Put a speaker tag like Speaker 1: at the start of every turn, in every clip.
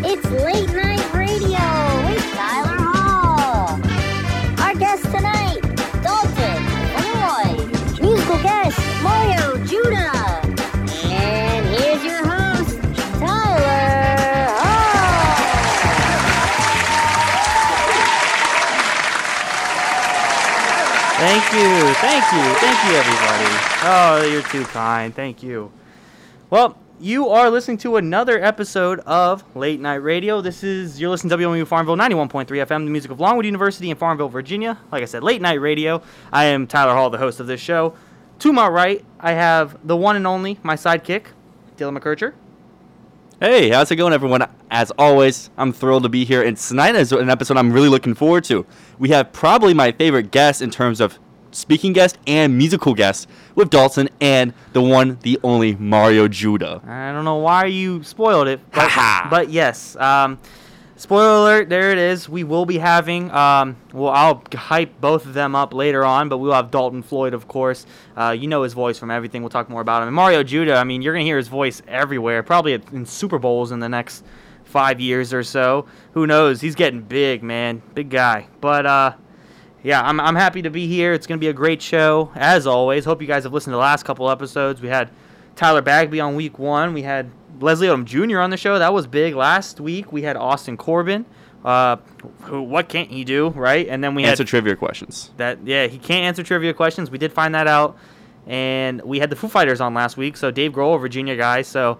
Speaker 1: It's late night radio with Tyler Hall. Our guests tonight, Dalton, Lloyd, musical guest, Mario Judah. And here's your host, Tyler Hall.
Speaker 2: Thank you, thank you, thank you, everybody. Oh, you're too kind. Thank you. Well, you are listening to another episode of Late Night Radio. This is you're listening to WMU Farmville 91.3 FM, the music of Longwood University in Farmville, Virginia. Like I said, Late Night Radio. I am Tyler Hall, the host of this show. To my right, I have the one and only, my sidekick, Dylan McKercher.
Speaker 3: Hey, how's it going, everyone? As always, I'm thrilled to be here, and tonight is an episode I'm really looking forward to. We have probably my favorite guest in terms of speaking guest and musical guest with Dalton and the one, the only Mario Judah.
Speaker 2: I don't know why you spoiled it, but,
Speaker 3: Ha ha.
Speaker 2: but yes. Um, spoiler alert, there it is. We will be having, um, well, I'll hype both of them up later on, but we'll have Dalton Floyd, of course. Uh, you know his voice from everything. We'll talk more about him. And Mario Judah, I mean, you're going to hear his voice everywhere, probably at, in Super Bowls in the next five years or so. Who knows? He's getting big, man. Big guy. But, uh, yeah, I'm, I'm happy to be here. It's going to be a great show, as always. Hope you guys have listened to the last couple episodes. We had Tyler Bagby on week one. We had Leslie Odom Jr. on the show. That was big. Last week, we had Austin Corbin. Uh, who, what can't he do, right? And then we
Speaker 3: Answer
Speaker 2: had
Speaker 3: trivia questions.
Speaker 2: that, yeah, he can't answer trivia questions. We did find that out. And we had the Foo Fighters on last week. So Dave Grohl, Virginia guy. So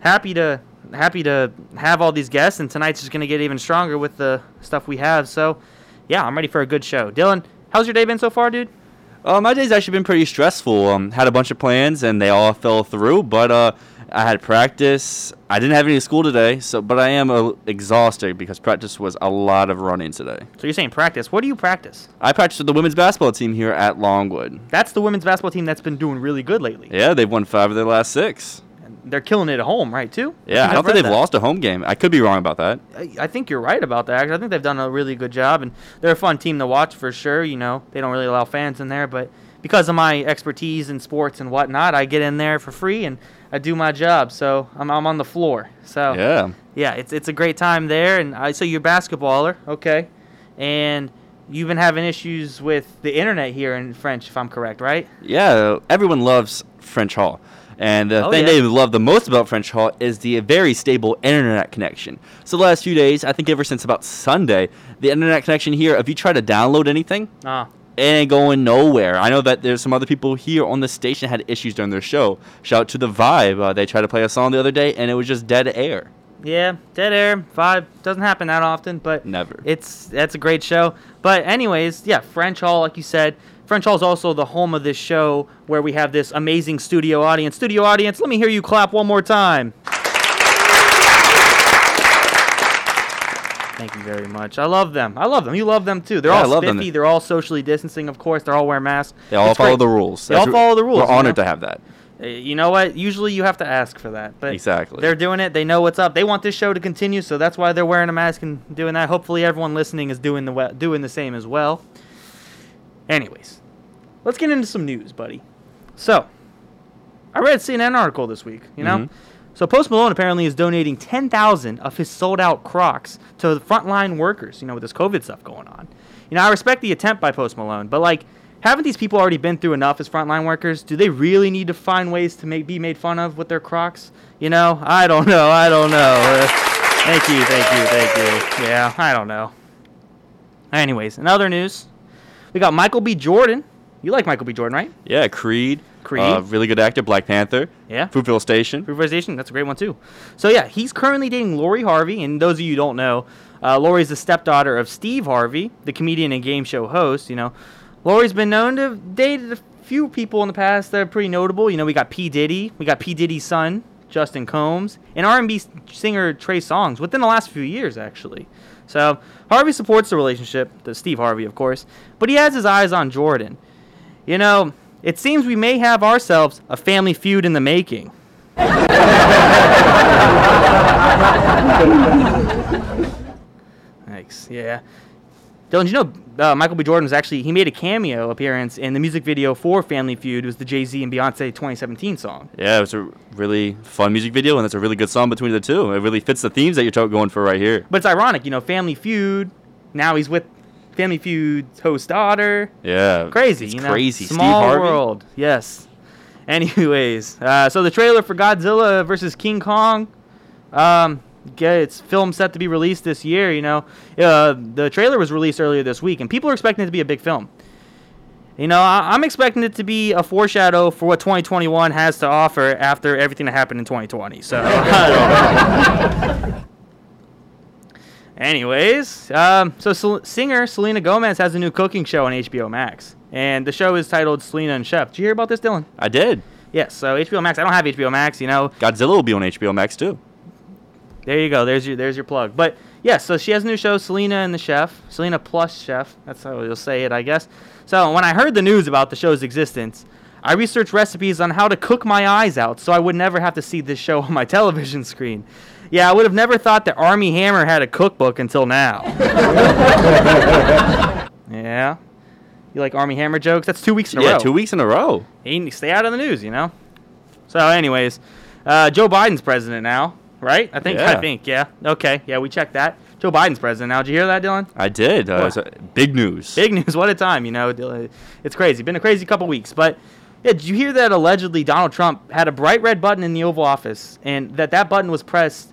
Speaker 2: happy to happy to have all these guests and tonight's just going to get even stronger with the stuff we have so yeah i'm ready for a good show dylan how's your day been so far dude
Speaker 3: Uh, my day's actually been pretty stressful. Um, had a bunch of plans, and they all fell through, but uh, I had practice. I didn't have any school today, so but I am uh, exhausted because practice was a lot of running today.
Speaker 2: so you're saying practice what do you practice
Speaker 3: I practiced with the women's basketball team here at Longwood.
Speaker 2: that's the women's basketball team that's been doing really good lately
Speaker 3: Yeah, they've won five of their last six.
Speaker 2: And they're killing it at home right too
Speaker 3: Yeah, I
Speaker 2: I've
Speaker 3: don't think
Speaker 2: read
Speaker 3: they've
Speaker 2: that.
Speaker 3: lost a home game. I could be wrong about that.
Speaker 2: I- I think you're right about that. 'cause I think they've done a really good job, and they're a fun team to watch for sure. You know, they don't really allow fans in there, but because of my expertise in sports and whatnot, I get in there for free and I do my job. So I'm, I'm on the floor. So
Speaker 3: Yeah.
Speaker 2: yeah, it's it's a great time there. And I so you're a basketballer, okay? And you've been having issues with the internet here in French, if I'm correct, right?
Speaker 3: Yeah, everyone loves French Hall. And the
Speaker 2: Oh,
Speaker 3: thing
Speaker 2: yeah.
Speaker 3: they love the most about French Hall is the very stable internet connection. So the last few days, I think ever since about Sunday, the internet connection here, if you try to download anything,
Speaker 2: Ah,
Speaker 3: it ain't going nowhere. I know that there's some other people here on the station had issues during their show. Shout out to The Vibe. Uh, they tried to play a song the other day, and it was just dead air.
Speaker 2: yeah, dead air vibe doesn't happen that often, but
Speaker 3: Never.
Speaker 2: It's that's a great show. But anyways, yeah, French Hall, like you said, French Hall is also the home of this show where we have this amazing studio audience. Studio audience, let me hear you clap one more time. Thank you very much. I love them. I love them. You love them too. They're
Speaker 3: Yeah, I
Speaker 2: all
Speaker 3: love them.
Speaker 2: spiffy. They're all socially distancing, of course. They're all wearing masks.
Speaker 3: They all
Speaker 2: It's
Speaker 3: follow
Speaker 2: great.
Speaker 3: the rules.
Speaker 2: They all
Speaker 3: That's-
Speaker 2: follow the rules, you
Speaker 3: We're
Speaker 2: know?
Speaker 3: honored to have that.
Speaker 2: Uh, You know what? Usually you have to ask for that. But
Speaker 3: Exactly.
Speaker 2: They're doing it. They know what's up. They want this show to continue, so that's why they're wearing a mask and doing that. Hopefully everyone listening is doing the we- doing the same as well. Anyways, let's get into some news, buddy. So, I read a CNN article this week, you know?
Speaker 3: Mhm.
Speaker 2: So Post Malone apparently is donating 10,000 of his sold-out Crocs to the frontline workers, you know, with this COVID stuff going on. You know, I respect the attempt by Post Malone, but like haven't these people already been through enough as frontline workers? Do they really need to find ways to make be made fun of with their Crocs? You know, I don't know. I don't know. Uh, thank you, thank you, thank you. Yeah, I don't know. Anyways, in other news, we got Michael B. Jordan. You like Michael B. Jordan, right?
Speaker 3: Yeah, Creed.
Speaker 2: Creed.
Speaker 3: Uh, really good actor, Black Panther.
Speaker 2: Yeah.
Speaker 3: Fruitville Station.
Speaker 2: Improvisation, that's a great one too. So yeah, he's currently dating Lori Harvey, and those of you who don't know, uh, Lori's the stepdaughter of Steve Harvey, the comedian and game show host. You know, Lori's been known to have dated a few people in the past that are pretty notable. You know, we got P Diddy, we got P Diddy's son Justin Combs, and R&B s- singer Trey Songz within the last few years, actually. So Harvey supports the relationship, the Steve Harvey, of course, but he has his eyes on Jordan. You know, it seems we may have ourselves a family feud in the making. Thanks. Yeah. Dylan, do you know uh, Michael B. Jordan was actually he made a cameo appearance in the music video for Family Feud. It was the Jay Z and Beyonce 2017 song.
Speaker 3: Yeah, it was a really fun music video, and it's a really good song between the two. It really fits the themes that you're talking- going for right here.
Speaker 2: But it's ironic, you know, Family Feud. Now he's with Family Feud's host daughter.
Speaker 3: Yeah,
Speaker 2: Crazy,
Speaker 3: It's
Speaker 2: you know?
Speaker 3: crazy.
Speaker 2: Small
Speaker 3: Steve Harvey.
Speaker 2: world. Yes. Anyways, uh, so the trailer for Godzilla versus King Kong, um, yeah, it's film set to be released this year. You know, uh, the trailer was released earlier this week, and people are expecting it to be a big film. You know, I- I'm expecting it to be a foreshadow for what 2021 has to offer after everything that happened in 2020. So. Anyways, um, so Sel- singer Selena Gomez has a new cooking show on HBO Max, and the show is titled Selena and Chef. Did you hear about this, Dylan?
Speaker 3: I did.
Speaker 2: Yes. So HBO Max. I don't have HBO Max. You know.
Speaker 3: Godzilla will be on HBO Max too.
Speaker 2: There you go. There's your there's your plug. But yeah, so she has a new show, Selena and the Chef. Selena plus Chef. That's how you'll say it, I guess. So when I heard the news about the show's existence, I researched recipes on how to cook my eyes out, so I would never have to see this show on my television screen. Yeah, I would have never thought that Army Hammer had a cookbook until now. Yeah. You like Army Hammer jokes? That's two weeks in a
Speaker 3: yeah,
Speaker 2: row.
Speaker 3: two weeks in a row.
Speaker 2: He need to stay out of the news, you know. So, anyways, uh, Joe Biden's president now, right? I think. I
Speaker 3: Yeah.
Speaker 2: think. Yeah. Okay. Yeah, we checked that. Joe Biden's president now. Did you hear that, Dylan?
Speaker 3: I did. Uh,
Speaker 2: Wow.
Speaker 3: it's, uh, big news.
Speaker 2: Big news. What a time, you know. Dylan. It's crazy. Been a crazy couple weeks, but. Yeah, did you hear that allegedly Donald Trump had a bright red button in the Oval Office, and that that button was pressed.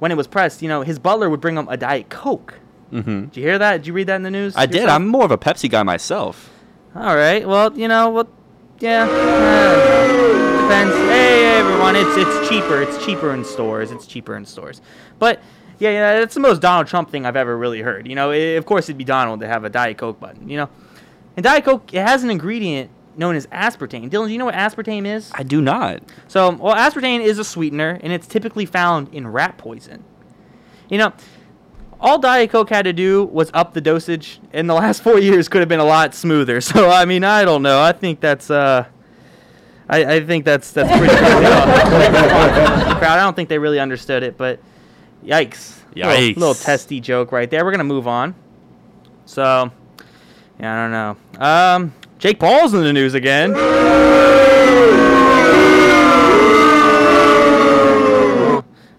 Speaker 2: When it was pressed, you know, his butler would bring him a Diet Coke.
Speaker 3: hmm
Speaker 2: Did you hear that? Did you read that in the news?
Speaker 3: I did.
Speaker 2: yourself?
Speaker 3: I'm more of a Pepsi guy myself.
Speaker 2: All right. Well, you know what? yeah. uh, Depends. Hey, everyone. It's it's cheaper. It's cheaper in stores. It's cheaper in stores. But yeah, yeah. That's the most Donald Trump thing I've ever really heard. You know, i of course it'd be Donald to have a Diet Coke button. You know, and Diet Coke it has an ingredient known as aspartame. Dylan, do you know what aspartame is?
Speaker 3: I do not.
Speaker 2: So, well, aspartame is a sweetener, and it's typically found in rat poison. You know, all Diet Coke had to do was up the dosage, and the last four years could have been a lot smoother. So, I mean, I don't know. I think that's uh, I, I think that's that's pretty. crowd. I don't think they really understood it, but yikes! Little,
Speaker 3: Yikes.
Speaker 2: little testy joke right there. We're gonna move on. So, yeah, I don't know. Um, Jake Paul's in the news again.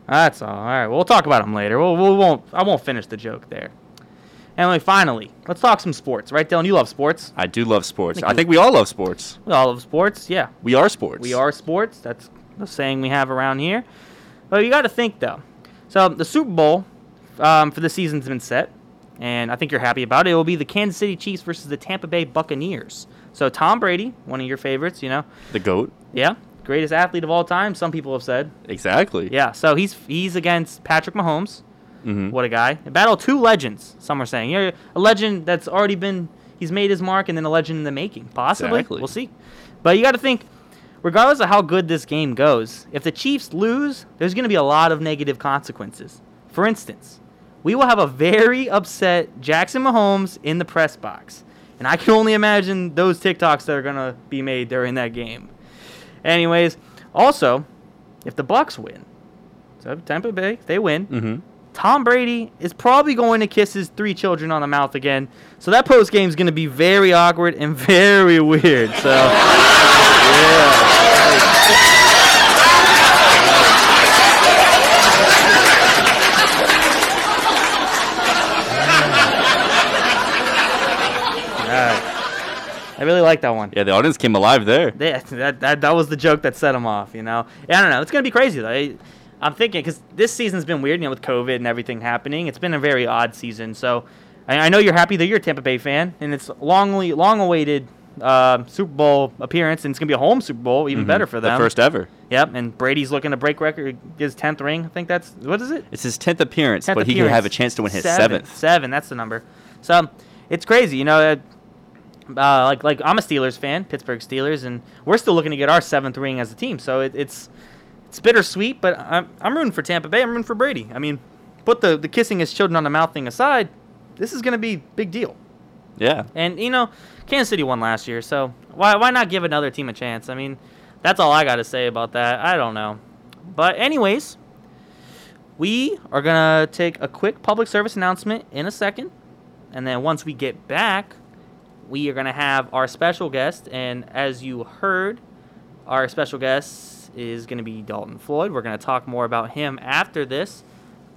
Speaker 2: That's all. All right. We'll talk about him later. We'll, we won't. I won't finish the joke there. And we- finally, let's talk some sports, right, Dylan? You love sports.
Speaker 3: I do love sports.
Speaker 2: Thank
Speaker 3: I
Speaker 2: you.
Speaker 3: think we all love sports.
Speaker 2: We all love sports. Yeah,
Speaker 3: We are sports.
Speaker 2: we are sports. That's the saying we have around here. Well, you got to think though. So the Super Bowl um, for the season's been set, and I think you're happy about it. It will be the Kansas City Chiefs versus the Tampa Bay Buccaneers. So Tom Brady, one of your favorites, you know,
Speaker 3: the goat.
Speaker 2: yeah, greatest athlete of all time. Some people have said,
Speaker 3: Exactly.
Speaker 2: yeah. So he's he's against Patrick Mahomes.
Speaker 3: hmm
Speaker 2: What a guy! Battle two legends. Some are saying you're a legend that's already been he's made his mark, and then a legend in the making. Possibly,
Speaker 3: Exactly.
Speaker 2: we'll see. But you got to think, regardless of how good this game goes, if the Chiefs lose, there's going to be a lot of negative consequences. For instance, we will have a very upset Jackson Mahomes in the press box, and I can only imagine those TikToks that are going to be made during that game. Anyways, also, if the Bucks win, so Tampa Bay, if they win.
Speaker 3: hmm
Speaker 2: Tom Brady is probably going to kiss his three children on the mouth again. So that post game is going to be very awkward and very weird. So, yeah. Alright. I really like that one.
Speaker 3: Yeah, the audience came alive there.
Speaker 2: That, that, that, that was the joke that set him off, you know? Yeah, I don't know. It's going to be crazy, though. I, I'm thinking, because this season's been weird, you know, with COVID and everything happening. It's been a very odd season. So I, I know you're happy that you're a Tampa Bay fan, and it's longly, long awaited uh, Super Bowl appearance, and it's going to be a home Super Bowl, even
Speaker 3: Mhm.
Speaker 2: better for them.
Speaker 3: The first ever.
Speaker 2: Yep, and Brady's looking to break record, his 10th ring. I think that's, what is it?
Speaker 3: It's his tenth appearance,
Speaker 2: Tenth
Speaker 3: but he could
Speaker 2: appearance.
Speaker 3: have a chance to win his
Speaker 2: Seven.
Speaker 3: seventh.
Speaker 2: Seven, that's the number. So um, it's crazy, you know. Uh, uh, like like I'm a Steelers fan, Pittsburgh Steelers, and we're still looking to get our seventh ring as a team. So it, it's it's bittersweet, but I'm I'm rooting for Tampa Bay. I'm rooting for Brady. I mean, put the the kissing his children on the mouth thing aside. This is gonna be big deal.
Speaker 3: Yeah.
Speaker 2: And you know, Kansas City won last year, so why why not give another team a chance? I mean, that's all I got to say about that. I don't know. But anyways, we are going to take a quick public service announcement in a second. And then once we get back, we are going to have our special guest. And as you heard, our special guest is going to be Dalton Floyd. We're going to talk more about him after this.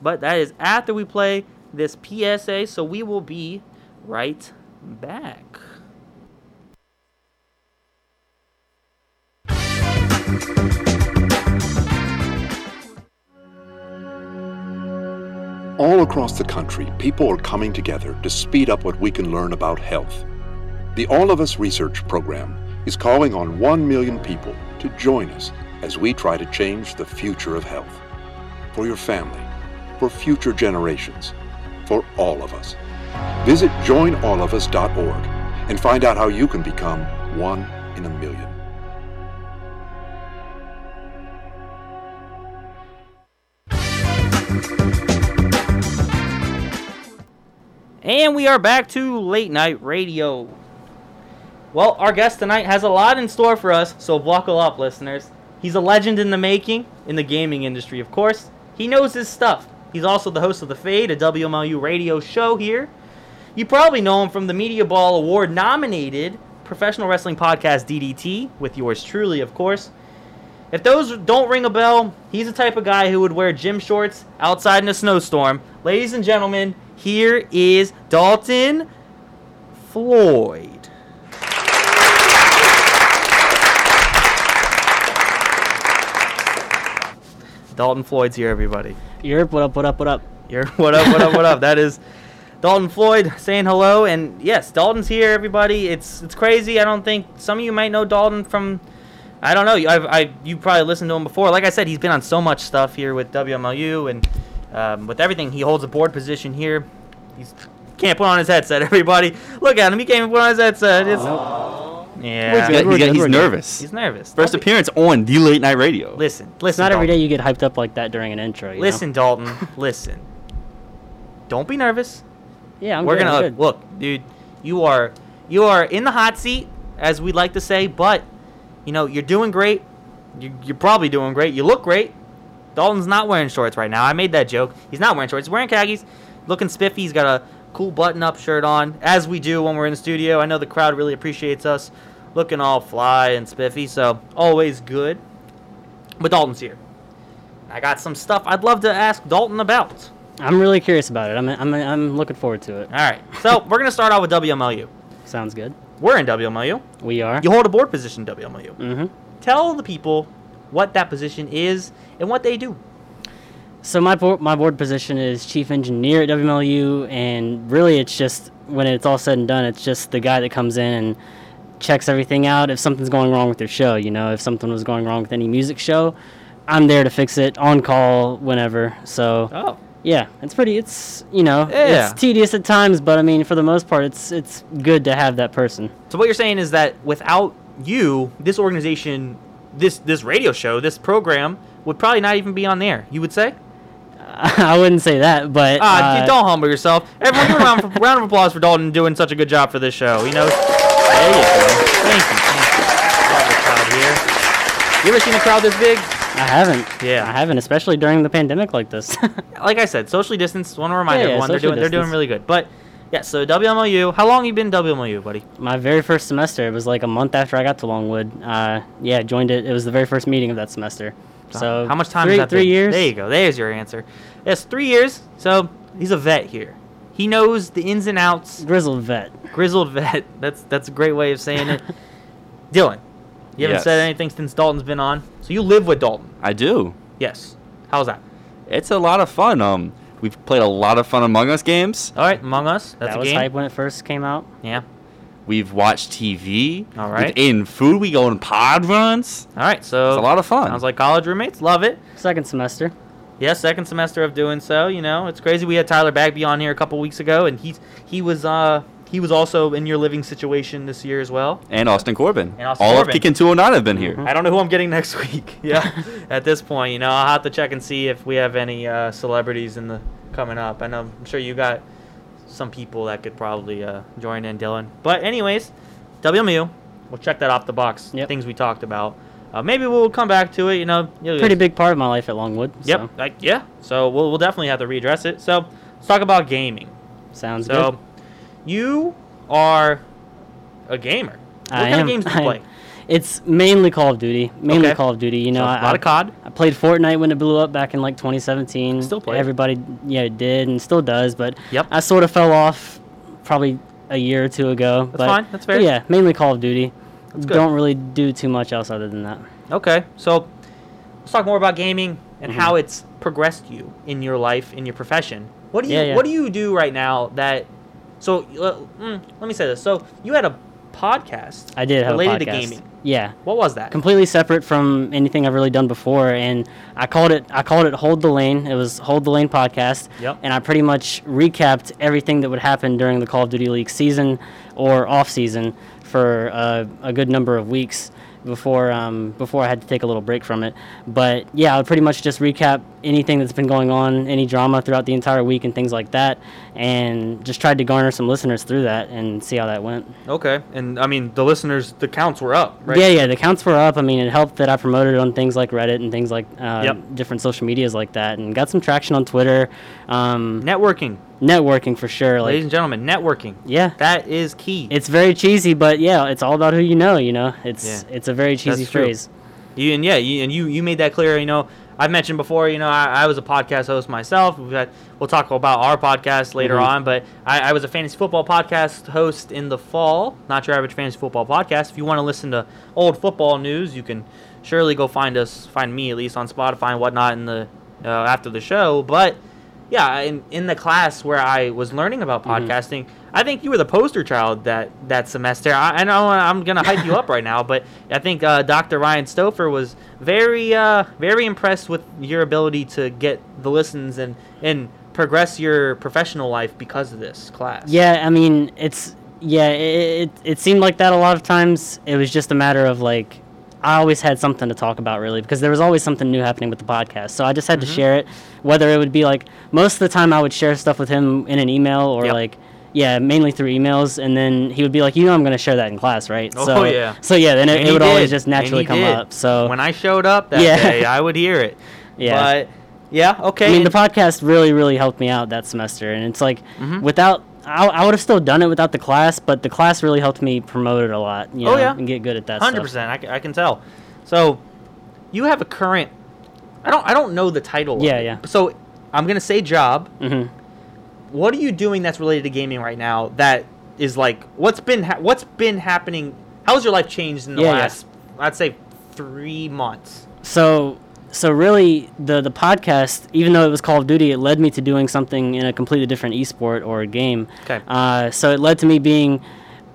Speaker 2: But that is after we play this PSA. So we will be right back.
Speaker 4: All across the country, people are coming together to speed up what we can learn about health. The All of Us Research Program is calling on 1 million people to join us as we try to change the future of health. For your family, for future generations, for all of us. Visit joinallofus.org and find out how you can become one in a million.
Speaker 2: And we are back to late night radio. Well, our guest tonight has a lot in store for us, so buckle up, listeners. He's a legend in the making, in the gaming industry, of course. He knows his stuff. He's also the host of The Fade, a WMLU radio show here. You probably know him from the Media Ball Award nominated professional wrestling podcast DDT, with yours truly, of course. If those don't ring a bell, he's the type of guy who would wear gym shorts outside in a snowstorm. Ladies and gentlemen, here is Dalton Floyd. Dalton Floyd's here, everybody.
Speaker 5: Europe, what up, what up, what up?
Speaker 2: You're what up, what up, what up? That is Dalton Floyd saying hello, and yes, Dalton's here, everybody. It's it's crazy. I don't think some of you might know Dalton from. I don't know. I, I you probably listened to him before. Like I said, he's been on so much stuff here with WMLU and um, with everything. He holds a board position here. He's can't put on his headset. Everybody, look at him. He can't even put on his headset. It's, yeah,
Speaker 5: We're
Speaker 3: he's,
Speaker 5: good. we're good.
Speaker 3: nervous.
Speaker 2: he's nervous.
Speaker 3: First
Speaker 2: Don't be-
Speaker 3: appearance on the late night radio.
Speaker 2: Listen,
Speaker 5: It's
Speaker 2: listen.
Speaker 5: not every
Speaker 2: Dalton.
Speaker 5: day you get hyped up like that during an intro. you know?
Speaker 2: Listen, Dalton. listen. Don't be nervous.
Speaker 5: Yeah, I'm
Speaker 2: We're
Speaker 5: good, I'm
Speaker 2: gonna
Speaker 5: good.
Speaker 2: look, dude. You are you are in the hot seat, as we like to say. But you know you're doing great. You, you're probably doing great. You look great. Dalton's not wearing shorts right now. I made that joke. He's not wearing shorts. He's wearing khakis, looking spiffy. He's got a cool button-up shirt on, as we do when we're in the studio. I know the crowd really appreciates us looking all fly and spiffy, so always good. But Dalton's here. I got some stuff I'd love to ask Dalton about.
Speaker 5: I'm really curious about it. I'm, I'm, I'm looking forward to it.
Speaker 2: All right, so we're gonna start out with WMLU.
Speaker 5: Sounds good.
Speaker 2: We're in WMLU.
Speaker 5: We are.
Speaker 2: You hold a board position in WMLU.
Speaker 5: hmm
Speaker 2: Tell the people what that position is and what they do.
Speaker 5: So my board, my board position is chief engineer at WMLU, and really it's just when it's all said and done, it's just the guy that comes in and checks everything out. If something's going wrong with your show, you know, if something was going wrong with any music show, I'm there to fix it on call whenever. So
Speaker 2: Oh,
Speaker 5: yeah, it's pretty. It's you know,
Speaker 2: Yeah.
Speaker 5: it's tedious at times, but I mean, for the most part, it's it's good to have that person.
Speaker 2: so what you're saying is that without you, this organization, this this radio show, this program would probably not even be on the air. You would say?
Speaker 5: I wouldn't say that, but
Speaker 2: Uh,
Speaker 5: uh,
Speaker 2: don't humble yourself. Everyone, give a round, of- round of applause for Dalton doing such a good job for this show. You know. There you go. Thank you. Thank you. Love the crowd here. You ever seen a crowd this big?
Speaker 5: I haven't.
Speaker 2: Yeah.
Speaker 5: I haven't, especially during the pandemic like this.
Speaker 2: like I said, socially distanced. Want to remind
Speaker 5: Yeah, yeah,
Speaker 2: everyone they're
Speaker 5: socially
Speaker 2: doing they're doing
Speaker 5: distanced.
Speaker 2: really good. But yeah, so WMLU. How long you been WMLU, buddy?
Speaker 5: My very first semester, it was like a month after I got to Longwood. Uh, yeah, I joined it. It was the very first meeting of that semester. So
Speaker 2: Ah, how much time?
Speaker 5: Three,
Speaker 2: has that
Speaker 5: three
Speaker 2: been?
Speaker 5: years.
Speaker 2: There you go. There's your answer. Yes, three years. So he's a vet here. He knows the ins and outs.
Speaker 5: Grizzled vet.
Speaker 2: Grizzled vet. That's that's a great way of saying it. Dylan, you haven't
Speaker 3: Yes.
Speaker 2: said anything since Dalton's been on. So you live with Dalton.
Speaker 3: I do.
Speaker 2: Yes. How's that?
Speaker 3: It's a lot of fun. Um, we've played a lot of fun Among Us games.
Speaker 2: All right, Among Us. That's
Speaker 5: that
Speaker 2: a
Speaker 5: was
Speaker 2: game.
Speaker 5: hype when it first came out.
Speaker 2: Yeah.
Speaker 3: We've watched TV.
Speaker 2: All right.
Speaker 3: We've eaten food. We go on pod runs.
Speaker 2: All right. So
Speaker 3: It's a lot of fun.
Speaker 2: sounds like college roommates love it.
Speaker 5: Second semester.
Speaker 2: Yeah, second semester of doing so. You know, it's crazy. We had Tyler Bagby on here a couple weeks ago, and he's he was uh he was also in your living situation this year as well.
Speaker 3: and Austin Corbin. Mm-hmm.
Speaker 2: And Austin
Speaker 3: All
Speaker 2: Corbin.
Speaker 3: of Kickin' 209 have been here.
Speaker 2: I don't know who I'm getting next week. Yeah, at this point, you know, I'll have to check and see if we have any uh, celebrities in the coming up. I know I'm sure you got some people that could probably uh, join in, Dylan. But anyways, WMU, we'll check that off the box.
Speaker 5: Yep.
Speaker 2: Things we talked about. Uh, maybe we'll come back to it. You know, you'll-
Speaker 5: Pretty big part of my life at Longwood.
Speaker 2: Yep.
Speaker 5: So,
Speaker 2: Like yeah. So we'll, we'll definitely have to readdress it. So let's talk about gaming.
Speaker 5: sounds
Speaker 2: So
Speaker 5: good.
Speaker 2: you are a gamer. What
Speaker 5: I
Speaker 2: kind
Speaker 5: am-
Speaker 2: of games do you
Speaker 5: I am-
Speaker 2: play?
Speaker 5: It's mainly Call of Duty. Mainly
Speaker 2: Okay.
Speaker 5: Call of Duty. You know,
Speaker 2: So,
Speaker 5: I,
Speaker 2: a lot of COD.
Speaker 5: I played Fortnite when it blew up back in like 2017.
Speaker 2: Still play it.
Speaker 5: Everybody, yeah, did and still does. But
Speaker 2: Yep.
Speaker 5: I sort of fell off probably a year or two ago. That's but,
Speaker 2: fine, that's
Speaker 5: but
Speaker 2: fair.
Speaker 5: yeah, mainly Call of Duty.
Speaker 2: good.
Speaker 5: Don't really do too much else other than that.
Speaker 2: Okay, so let's talk more about gaming
Speaker 5: Mm-hmm.
Speaker 2: and how it's progressed you in your life, in your profession. What do you
Speaker 5: Yeah, yeah.
Speaker 2: What do you do right now that? So uh, mm, let me say this. So you had a podcast.
Speaker 5: I did have
Speaker 2: related
Speaker 5: a podcast.
Speaker 2: to gaming.
Speaker 5: Yeah.
Speaker 2: What was that?
Speaker 5: completely separate from anything I've really done before. And I called it I called it Hold the Lane. It was Hold the Lane podcast.
Speaker 2: Yep.
Speaker 5: And I pretty much recapped everything that would happen during the Call of Duty League season or off season for uh, a good number of weeks before um, before I had to take a little break from it. But yeah, I would pretty much just recap anything that's been going on, any drama throughout the entire week and things like that, and just tried to garner some listeners through that and see how that went.
Speaker 2: okay, and I mean the listeners, the counts were up, right?
Speaker 5: Yeah, yeah, the counts were up. I mean, it helped that I promoted on things like Reddit and things like uh,
Speaker 2: Yep.
Speaker 5: different social medias like that, and got some traction on Twitter, um,
Speaker 2: Networking,
Speaker 5: networking for sure.
Speaker 2: ladies
Speaker 5: Like,
Speaker 2: and gentlemen, networking.
Speaker 5: yeah,
Speaker 2: That is key.
Speaker 5: it's very cheesy, but yeah, it's all about who you know. You know, it's
Speaker 2: Yeah.
Speaker 5: it's a very cheesy
Speaker 2: That's true.
Speaker 5: phrase.
Speaker 2: You, and yeah, you, and you you made that clear. You know, I've mentioned before. You know, I, I was a podcast host myself. We've got, we'll talk about our podcast later
Speaker 5: Mhm.
Speaker 2: on, but I, I was a fantasy football podcast host in the fall. Not your average fantasy football podcast. If you want to listen to old football news, you can surely go find us, find me at least on Spotify and whatnot in the uh, after the show. But yeah, in in the class where I was learning about podcasting, I think you were the poster child that that semester. I, I know I'm gonna hype you up right now, but I think uh, Dr. Ryan Stouffer was very uh, very impressed with your ability to get the listens and and progress your professional life because of this class.
Speaker 5: Yeah, I mean, it's yeah, it, it it seemed like that a lot of times. It was just a matter of like I always had something to talk about really because there was always something new happening with the podcast. So I just had
Speaker 2: Mm-hmm.
Speaker 5: to share it whether it would be like most of the time I would share stuff with him in an email or
Speaker 2: Yep.
Speaker 5: like yeah, mainly through emails, and then he would be like, "You know, I'm going to share that in class, right?"
Speaker 2: Oh,
Speaker 5: so,
Speaker 2: yeah.
Speaker 5: So yeah, then it,
Speaker 2: And
Speaker 5: it
Speaker 2: he
Speaker 5: would always
Speaker 2: did,
Speaker 5: just
Speaker 2: and
Speaker 5: naturally
Speaker 2: he
Speaker 5: come
Speaker 2: did.
Speaker 5: up. So
Speaker 2: when I showed up that
Speaker 5: Yeah.
Speaker 2: day, I would hear it.
Speaker 5: Yeah.
Speaker 2: But yeah, okay.
Speaker 5: I mean,
Speaker 2: and-
Speaker 5: the podcast really, really helped me out that semester, and it's like
Speaker 2: Mhm.
Speaker 5: without. I, I would have still done it without the class, but the class really helped me promote it a lot. You
Speaker 2: Oh,
Speaker 5: know,
Speaker 2: yeah.
Speaker 5: and get good at that.
Speaker 2: Hundred
Speaker 5: stuff.
Speaker 2: percent. I, c- I can tell. So, you have a current. I don't. I don't know the title. of
Speaker 5: Yeah,
Speaker 2: it.
Speaker 5: yeah.
Speaker 2: So, I'm gonna say job.
Speaker 5: Mhm.
Speaker 2: What are you doing that's related to gaming right now? That is like what's been ha- what's been happening. How's your life changed in the
Speaker 5: Yeah, yeah.
Speaker 2: last? I'd say three months.
Speaker 5: So, so really, the the podcast, even though it was Call of Duty, it led me to doing something in a completely different esport or a game.
Speaker 2: Okay.
Speaker 5: Uh, so it led to me being.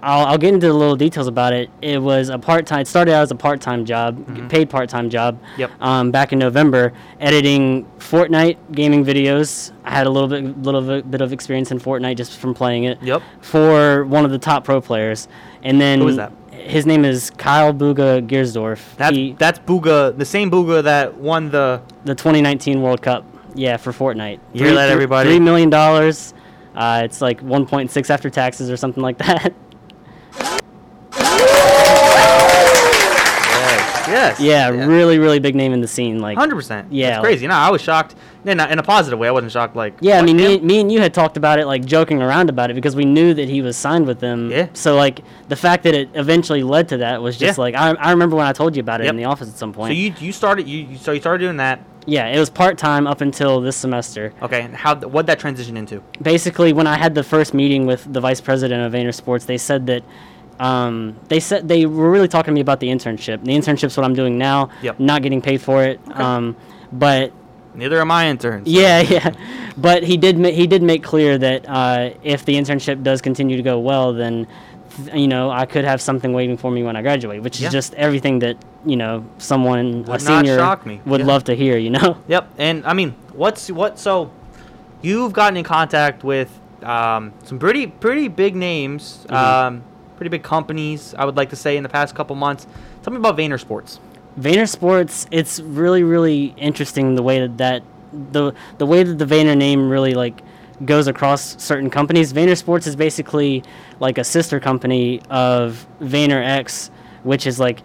Speaker 5: I'll, I'll get into the little details about it. It was a part time. It started out as a part time job, paid part time job.
Speaker 2: Mm-hmm. Yep.
Speaker 5: Um, back in November, editing Fortnite gaming videos. I had a little bit, little bit- bit of experience in Fortnite just from playing it.
Speaker 2: Yep.
Speaker 5: For one of the top pro players, and then
Speaker 2: Who is that?
Speaker 5: His name is Kyle Buga Giersdorf.
Speaker 2: That
Speaker 5: He-
Speaker 2: that's Booga, the same Booga that won the.
Speaker 5: the 2019 World Cup. Yeah, for Fortnite.
Speaker 2: You hear that,
Speaker 5: Three-
Speaker 2: everybody?
Speaker 5: Three million dollars. Uh, it's like 1.6 after taxes or something like that.
Speaker 2: Yes.
Speaker 5: yeah, really, really big name in the scene. Like,
Speaker 2: Hundred percent.
Speaker 5: Yeah,
Speaker 2: It's
Speaker 5: like-
Speaker 2: crazy. No, I was shocked. In a, in a positive way. I wasn't shocked. Like.
Speaker 5: yeah. I
Speaker 2: what,
Speaker 5: mean,
Speaker 2: him?
Speaker 5: me, me and you had talked about it, like joking around about it, because we knew that he was signed with them.
Speaker 2: Yeah.
Speaker 5: So like the fact that it eventually led to that was just
Speaker 2: Yeah.
Speaker 5: like I, I remember when I told you about it in
Speaker 2: Yep.
Speaker 5: the office at some point.
Speaker 2: So you you started you you- so you started doing that.
Speaker 5: yeah, it was part time up until this semester.
Speaker 2: Okay, and how what that transition into?
Speaker 5: basically when I had the first meeting with the vice president of Vayner Sports, they said that um, they said they were really talking to me about the internship. The internship's what I'm doing now.
Speaker 2: Yep.
Speaker 5: Not getting paid for it. Um, but
Speaker 2: Neither are my interns.
Speaker 5: yeah, yeah. But he did ma- he did make clear that uh, if the internship does continue to go well, then th- you know I could have something waiting for me when I graduate, which
Speaker 2: Yeah.
Speaker 5: is just everything that you know someone a
Speaker 2: Would not
Speaker 5: senior
Speaker 2: shock me.
Speaker 5: would
Speaker 2: Yeah.
Speaker 5: love to hear. You know.
Speaker 2: Yep. And I mean, what's what? So, you've gotten in contact with um, some pretty pretty big names,
Speaker 5: Mm-hmm.
Speaker 2: um, pretty big companies. I would like to say in the past couple months. Tell me about Vayner Sports.
Speaker 5: Vayner Sports, it's really really interesting the way that, that the the way that the Vayner name really like goes across certain companies. Vayner Sports is basically like a sister company of Vayner X, which is like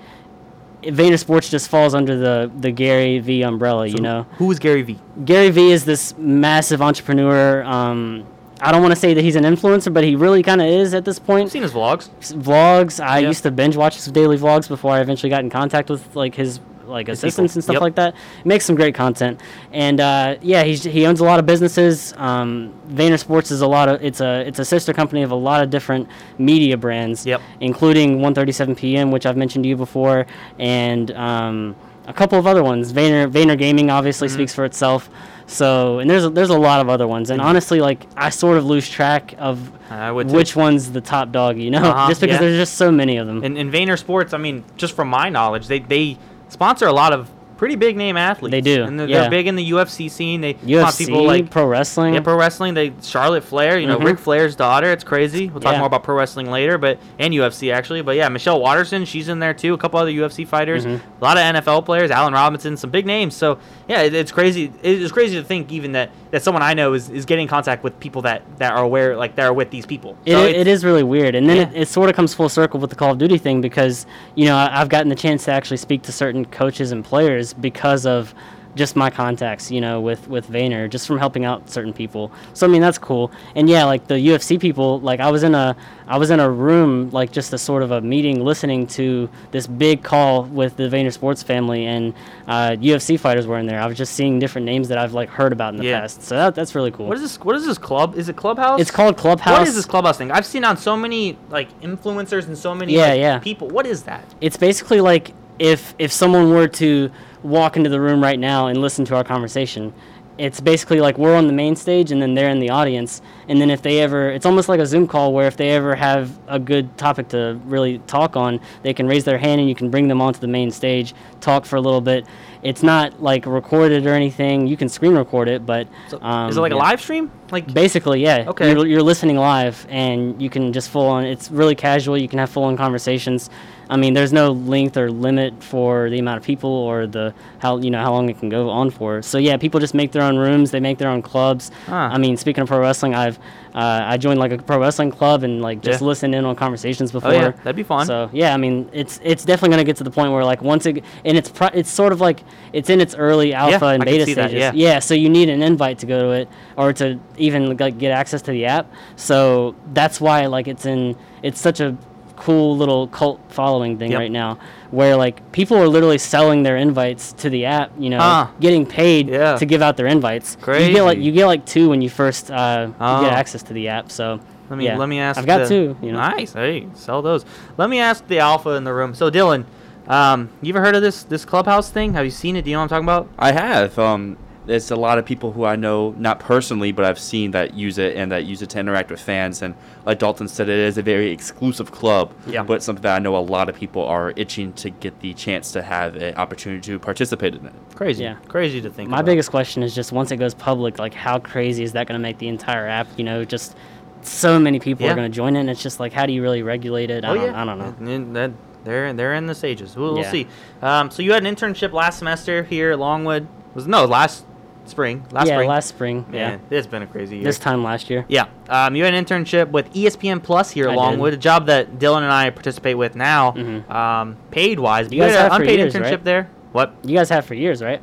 Speaker 5: Vayner Sports just falls under the the Gary V umbrella, you know.
Speaker 2: Who is Gary Vee?
Speaker 5: Gary Vee is this massive entrepreneur. Um, I don't want to say that he's an influencer, but he really kind of is at this point.
Speaker 2: I've seen his vlogs.
Speaker 5: S- vlogs. I
Speaker 2: Yeah.
Speaker 5: used to binge watch his daily vlogs before I eventually got in contact with like his like assistants
Speaker 2: people.
Speaker 5: and stuff
Speaker 2: Yep.
Speaker 5: like that. Makes some great content, and uh, yeah, he's, he owns a lot of businesses. Um, Vayner Sports is a lot of it's a it's a sister company of a lot of different media brands,
Speaker 2: Yep.
Speaker 5: including 137 PM, which I've mentioned to you before, and um, a couple of other ones. Vayner Vayner Gaming obviously
Speaker 2: Mm-hmm.
Speaker 5: speaks for itself. So and there's a, there's a lot of other ones, and honestly, like I sort of lose track of
Speaker 2: Mm-hmm. I would too.
Speaker 5: which one's the top dog, you know?
Speaker 2: Uh-huh,
Speaker 5: just because
Speaker 2: yeah.
Speaker 5: there's just so many of them.
Speaker 2: And, and Vayner Sports, I mean, just from my knowledge, they, they sponsor a lot of pretty big name athletes.
Speaker 5: They do,
Speaker 2: And they're,
Speaker 5: yeah.
Speaker 2: they're big in the UFC scene. They sponsor
Speaker 5: UFC,
Speaker 2: people like
Speaker 5: pro wrestling.
Speaker 2: yeah, pro wrestling. They Charlotte Flair, you know,
Speaker 5: Mhm.
Speaker 2: Ric Flair's daughter. It's crazy. We'll talk
Speaker 5: Yeah.
Speaker 2: more about pro wrestling later, but and UFC actually. But yeah, Michelle Watterson, she's in there too. A couple other UFC fighters,
Speaker 5: Mm-hmm.
Speaker 2: a lot of NFL players, Allen Robinson, some big names. So yeah, it, it's crazy. It's crazy to think even that that someone I know is, is getting in contact with people that that are aware like that are with these people.
Speaker 5: It,
Speaker 2: So
Speaker 5: i-
Speaker 2: it's-
Speaker 5: it is really weird. And then
Speaker 2: Yeah.
Speaker 5: it, it sort of comes full circle with the Call of Duty thing because, you know, I, I've gotten the chance to actually speak to certain coaches and players because of just my contacts, you know, with, with Vayner, just from helping out certain people. So I mean that's cool. And yeah, like the UFC people, like I was in a I was in a room, like just a sort of a meeting listening to this big call with the Vayner Sports family and uh, UFC fighters were in there. I was just seeing different names that I've like heard about in the
Speaker 2: Yeah.
Speaker 5: past. So that, that's really cool.
Speaker 2: What is this? What is this club? Is it Clubhouse?
Speaker 5: it's called Clubhouse.
Speaker 2: What is this clubhouse thing? I've seen on so many like influencers and so many
Speaker 5: Yeah,
Speaker 2: like,
Speaker 5: yeah.
Speaker 2: people. What is that?
Speaker 5: it's basically like if if someone were to walk into the room right now and listen to our conversation it's basically like we're on the main stage and then they're in the audience and then if they ever it's almost like a zoom call where if they ever have a good topic to really talk on they can raise their hand and you can bring them onto the main stage talk for a little bit it's not like recorded or anything you can screen record it but
Speaker 2: So-
Speaker 5: um,
Speaker 2: is it like
Speaker 5: yeah.
Speaker 2: a live stream? Like
Speaker 5: Basically, yeah.
Speaker 2: Okay.
Speaker 5: You're, you're listening live, and you can just full on. It's really casual. You can have full on conversations. I mean, there's no length or limit for the amount of people or the how you know how long it can go on for. So yeah, people just make their own rooms. They make their own clubs.
Speaker 2: Huh.
Speaker 5: I mean, speaking of pro wrestling, I've uh, I joined like a pro wrestling club and like just
Speaker 2: Yeah. Oh,
Speaker 5: listened in on conversations before.
Speaker 2: yeah. That'd be fun.
Speaker 5: So yeah, I mean, it's it's definitely gonna get to the point where like once it and it's pro- it's sort of like it's in its early alpha
Speaker 2: I
Speaker 5: and
Speaker 2: can
Speaker 5: beta
Speaker 2: see that,
Speaker 5: stages.
Speaker 2: yeah.
Speaker 5: so you need an invite to go to it or to even like get access to the app. So that's why like it's in it's such a cool little cult following thing
Speaker 2: Yep.
Speaker 5: right now where like people are literally selling their invites to the app, you know,
Speaker 2: Huh.
Speaker 5: getting paid
Speaker 2: Yeah.
Speaker 5: to give out their invites. You get like
Speaker 2: Crazy.
Speaker 5: you get like two when you first uh, you
Speaker 2: Oh.
Speaker 5: get access to the app. So
Speaker 2: let me
Speaker 5: yeah.
Speaker 2: let me ask.
Speaker 5: I've got
Speaker 2: the-
Speaker 5: two, you know.
Speaker 2: Nice. Hey, sell those. Let me ask the alpha in the room. So Dylan, um, you ever heard of this this clubhouse thing? Have you seen it? Do you know what I'm talking about?
Speaker 3: I have. Um, there's a lot of people who I know, not personally, but I've seen that use it and that use it to interact with fans. And like Dalton said, it is a very exclusive club,
Speaker 2: Yeah.
Speaker 3: but something that I know a lot of people are itching to get the chance to have an opportunity to participate in it.
Speaker 2: Crazy.
Speaker 5: Yeah.
Speaker 2: Crazy to think.
Speaker 5: My
Speaker 2: about.
Speaker 5: biggest question is just once it goes public, like how crazy is that going to make the entire app? You know, just so many people
Speaker 2: Yeah.
Speaker 5: are going to join it, and it's just like, how do you really regulate it? I,
Speaker 2: Oh
Speaker 5: don't,
Speaker 2: yeah.
Speaker 5: I don't know.
Speaker 2: And- and that- they're they're in the stages. We'll, we'll
Speaker 5: Yeah.
Speaker 2: see. Um, so you had an internship last semester here at Longwood. Was no last spring. Last
Speaker 5: yeah,
Speaker 2: spring.
Speaker 5: last spring.
Speaker 2: Man, it's been a crazy year.
Speaker 5: yeah, this time last year.
Speaker 2: Yeah, um, you had an internship with E ESPN Plus here
Speaker 5: I
Speaker 2: at
Speaker 5: did.
Speaker 2: Longwood, a job that Dylan and I participate with now,
Speaker 5: Mhm.
Speaker 2: um, paid wise. But
Speaker 5: You
Speaker 2: you,
Speaker 5: guys
Speaker 2: had
Speaker 5: have
Speaker 2: an
Speaker 5: for
Speaker 2: unpaid
Speaker 5: years,
Speaker 2: internship
Speaker 5: right?
Speaker 2: there. What?
Speaker 5: You guys have for years, right?